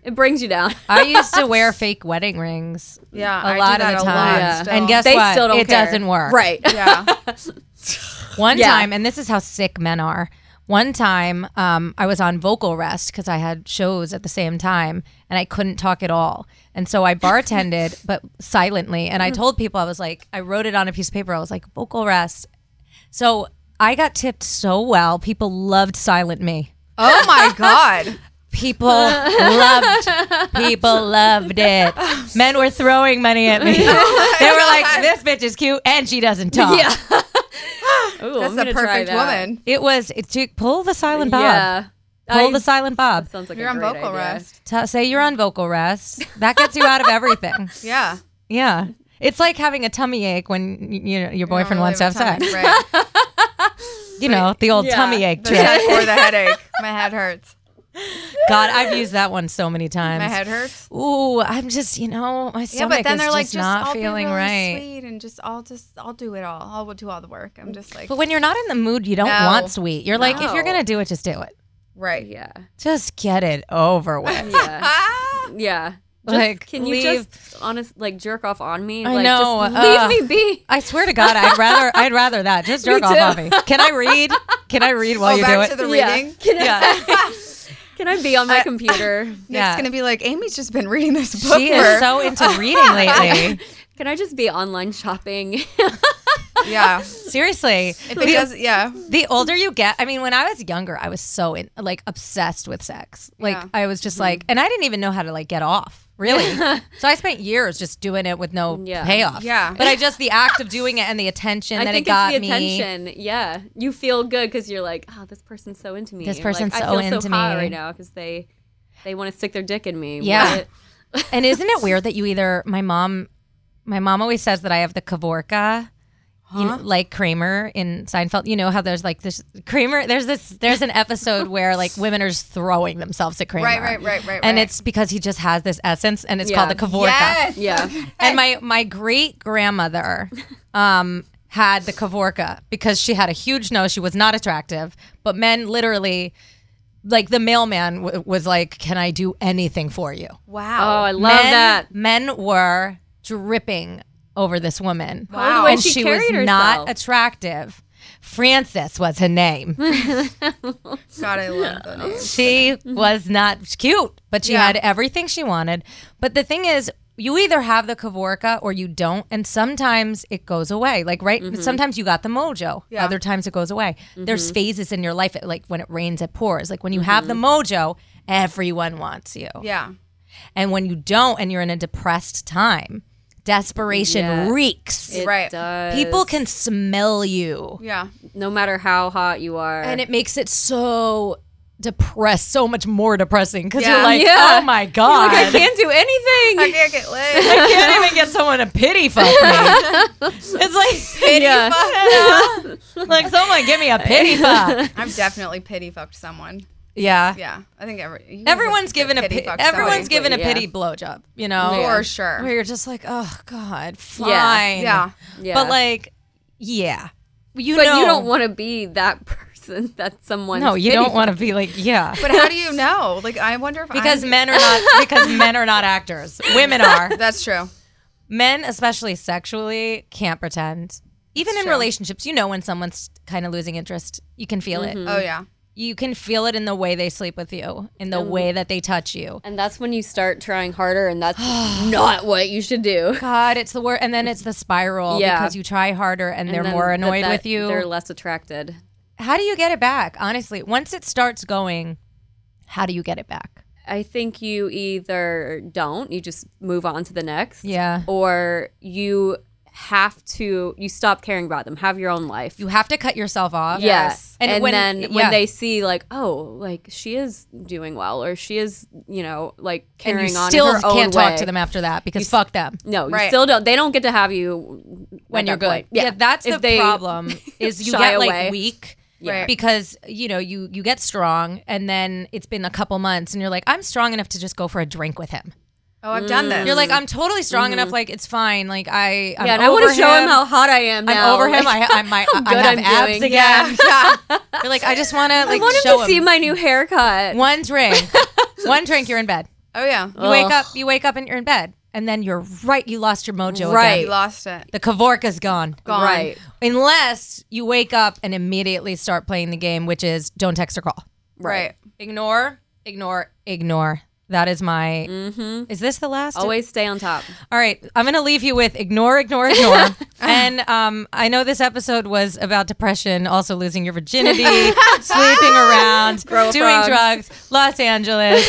It brings you down. I used to wear fake wedding rings. Yeah, a I do lot that of a the lot time. still. And guess They what? still don't it care. doesn't work. Right. Yeah. One Yeah. time, and this is how sick men are. One time, um, I was on vocal rest because I had shows at the same time, and I couldn't talk at all. And so I bartended, but silently. And I told people I was like, I wrote it on a piece of paper. I was like, vocal rest. So I got tipped so well. People loved silent me. Oh my god. People loved people loved it. Men were throwing money at me. they were like, "This bitch is cute and she doesn't talk." Oh Yeah. Ooh, That's I'm the gonna try perfect that. woman. It was it took pull the silent bob. Yeah. Pull I- the silent bob. Sounds like You're a on great vocal idea. rest. T- say you're on vocal rest. That gets you out of everything. Yeah. Yeah. It's like having a tummy ache when y- you know your Oh, boyfriend wants to have sex. Right. You know, the old tummy ache There's trick. that- or the headache. My head hurts. God, I've used that one so many times. My head hurts. Ooh, I'm just, you know, my yeah, stomach but then is they're like, just just not I'll feeling be really right. Sweet and just I'll just I'll do it all. I'll do all the work. I'm just like. But when you're not in the mood, you don't No. want sweet. You're like, if you're No. gonna do it, just do it. right, yeah, Just get it over with. yeah. Just- Like, can you leave- just honest like jerk off on me? I like, know. Just leave uh, me be. I swear to God, I'd rather I'd rather that. Just Me jerk off on too. me. Can I read? Can I read while Oh, you do back to it? the Yeah. reading. Can I- Can I be on my computer? Nick's gonna be like, Amy's just been reading this book. She for- is so into reading lately. Can I just be online shopping? yeah. Seriously. If it does, yeah. The older you get, I mean, when I was younger, I was so in, like obsessed with sex. Like Yeah. I was just like, and I didn't even know how to like get off. Really? so I spent years just doing it with no Yeah. payoff. Yeah. But I just the act of doing it and the attention I that think it got it's the me. attention. Yeah, you feel good because you're like, oh, this person's so into me. This Or, like, person's I so feel into so hot me." right now because they they want to stick their dick in me. Yeah. What? and isn't it weird that you either my mom my mom always says that I have the Kavorka you know, Huh? like Kramer in Seinfeld. You know how there's like this Kramer there's this there's an episode where like women are just throwing themselves at Kramer. Right, right, right, right, And right. it's because he just has this essence and it's Yeah. called the Kavorka. Yes. Oh, Yeah. And my my great grandmother um had the Kavorka because she had a huge nose. She was not attractive, but men literally like the mailman w- was like, "Can I do anything for you?" Wow. Oh, I love Men- that. Men were dripping over this woman. Probably the way And she she, was carried not herself. attractive. Frances was her name. God, I love the name. she was not cute, but she Yeah. had everything she wanted. But the thing is, you either have the Kavorka or you don't, and sometimes it goes away. Like right, Mm-hmm. sometimes you got the mojo. Yeah. Other times it goes away. There's Mhm. phases in your life, like when it rains, it pours. Like when you have the Mm-hmm. mojo, everyone wants you. Yeah. And when you don't and you're in a depressed time, desperation Yeah. reeks. It Right. does. People can smell you. Yeah. No matter how hot you are, And it makes it so depressed, so much more depressing because Yeah. you're like, Yeah. oh my You're God. like, I can't do anything. I can't get laid. I can't even get someone to pity fuck me. it's like Pity Yeah. fuck. like someone give me a pity fuck. I've definitely pity fucked someone. Yeah. Yeah. I think every, you Everyone's have given a pity pity, fuck everyone's somebody. given a pity blowjob, you know, For Yeah. sure. Where you're just like, oh god, fine, Yeah. Yeah. but like, yeah, you but know, you don't want to be that person. That someone. no, you don't want to be like, yeah, But how do you know? Like, I wonder if because I'm- men are not because men are not actors, women are. That's true. Men, especially sexually, can't pretend. Even in relationships, you know when someone's kind of losing interest, you can feel Mhm. it. Oh, yeah. you can feel it in the way they sleep with you, in the And- way that they touch you. And that's when you start trying harder, and that's not what you should do. God, it's the word, and then it's the spiral Yeah. because you try harder and, And they're then more that- annoyed that- with you. They're less attracted. how do you get it back? Honestly, once it starts going, how do you get it back? I think you either don't, you just move on to the next. Yeah. Or you have to, you stop caring about them, have your own life. You have to cut yourself off. Yes. And And, when- then yeah. when they see, like, oh, like she is doing well, or she is, you know, like carrying and you on still her own can't way. talk to them after that because fuck them. No, you still don't. They don't get to have you when at you're that good. point. Yeah. that's If the they problem. Is you shy get like away. weak. Yeah. Right. Because you know you you get strong, and then it's been a couple months, and you're like, I'm strong enough to just go for a drink with him. Oh, I've done this. Mm. You're like, I'm totally strong Mhm. enough. Like it's fine. Like I, I'm Mm-hmm. Yeah, and I wanna over show him how hot I am now. I'm over him. I, I'm my, How I good have I'm abs doing. again. Yeah. You're like, I just want to I like want him show to see my new haircut. One drink, one drink, you're in bed. Oh yeah. You You wake up, you wake up, and you're in bed, and then you're right. You lost your mojo. Right. again. You lost it. The Kavorka's gone. Gone. Right. Unless you wake up and immediately start playing the game, which is don't text or call. Right. Ignore. Ignore. Ignore. That is my. Is this the last? Always stay on top. All right, I'm going to leave you with ignore, ignore, ignore. and um, I know this episode was about depression, also losing your virginity, sleeping around, Grow doing frogs. drugs, Los Angeles,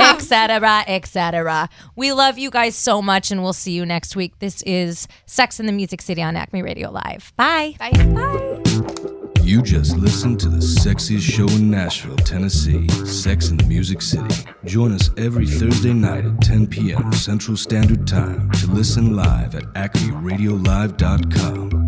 etc., etc. We love you guys so much, and we'll see you next week. This is Sex in the Music City on Acme Radio Live. Bye. Bye. You just listened to the sexiest show in Nashville, Tennessee, Sex in the Music City. Join us every Thursday night at 10 p.m. Central Standard Time to listen live at acmeradiolive.com.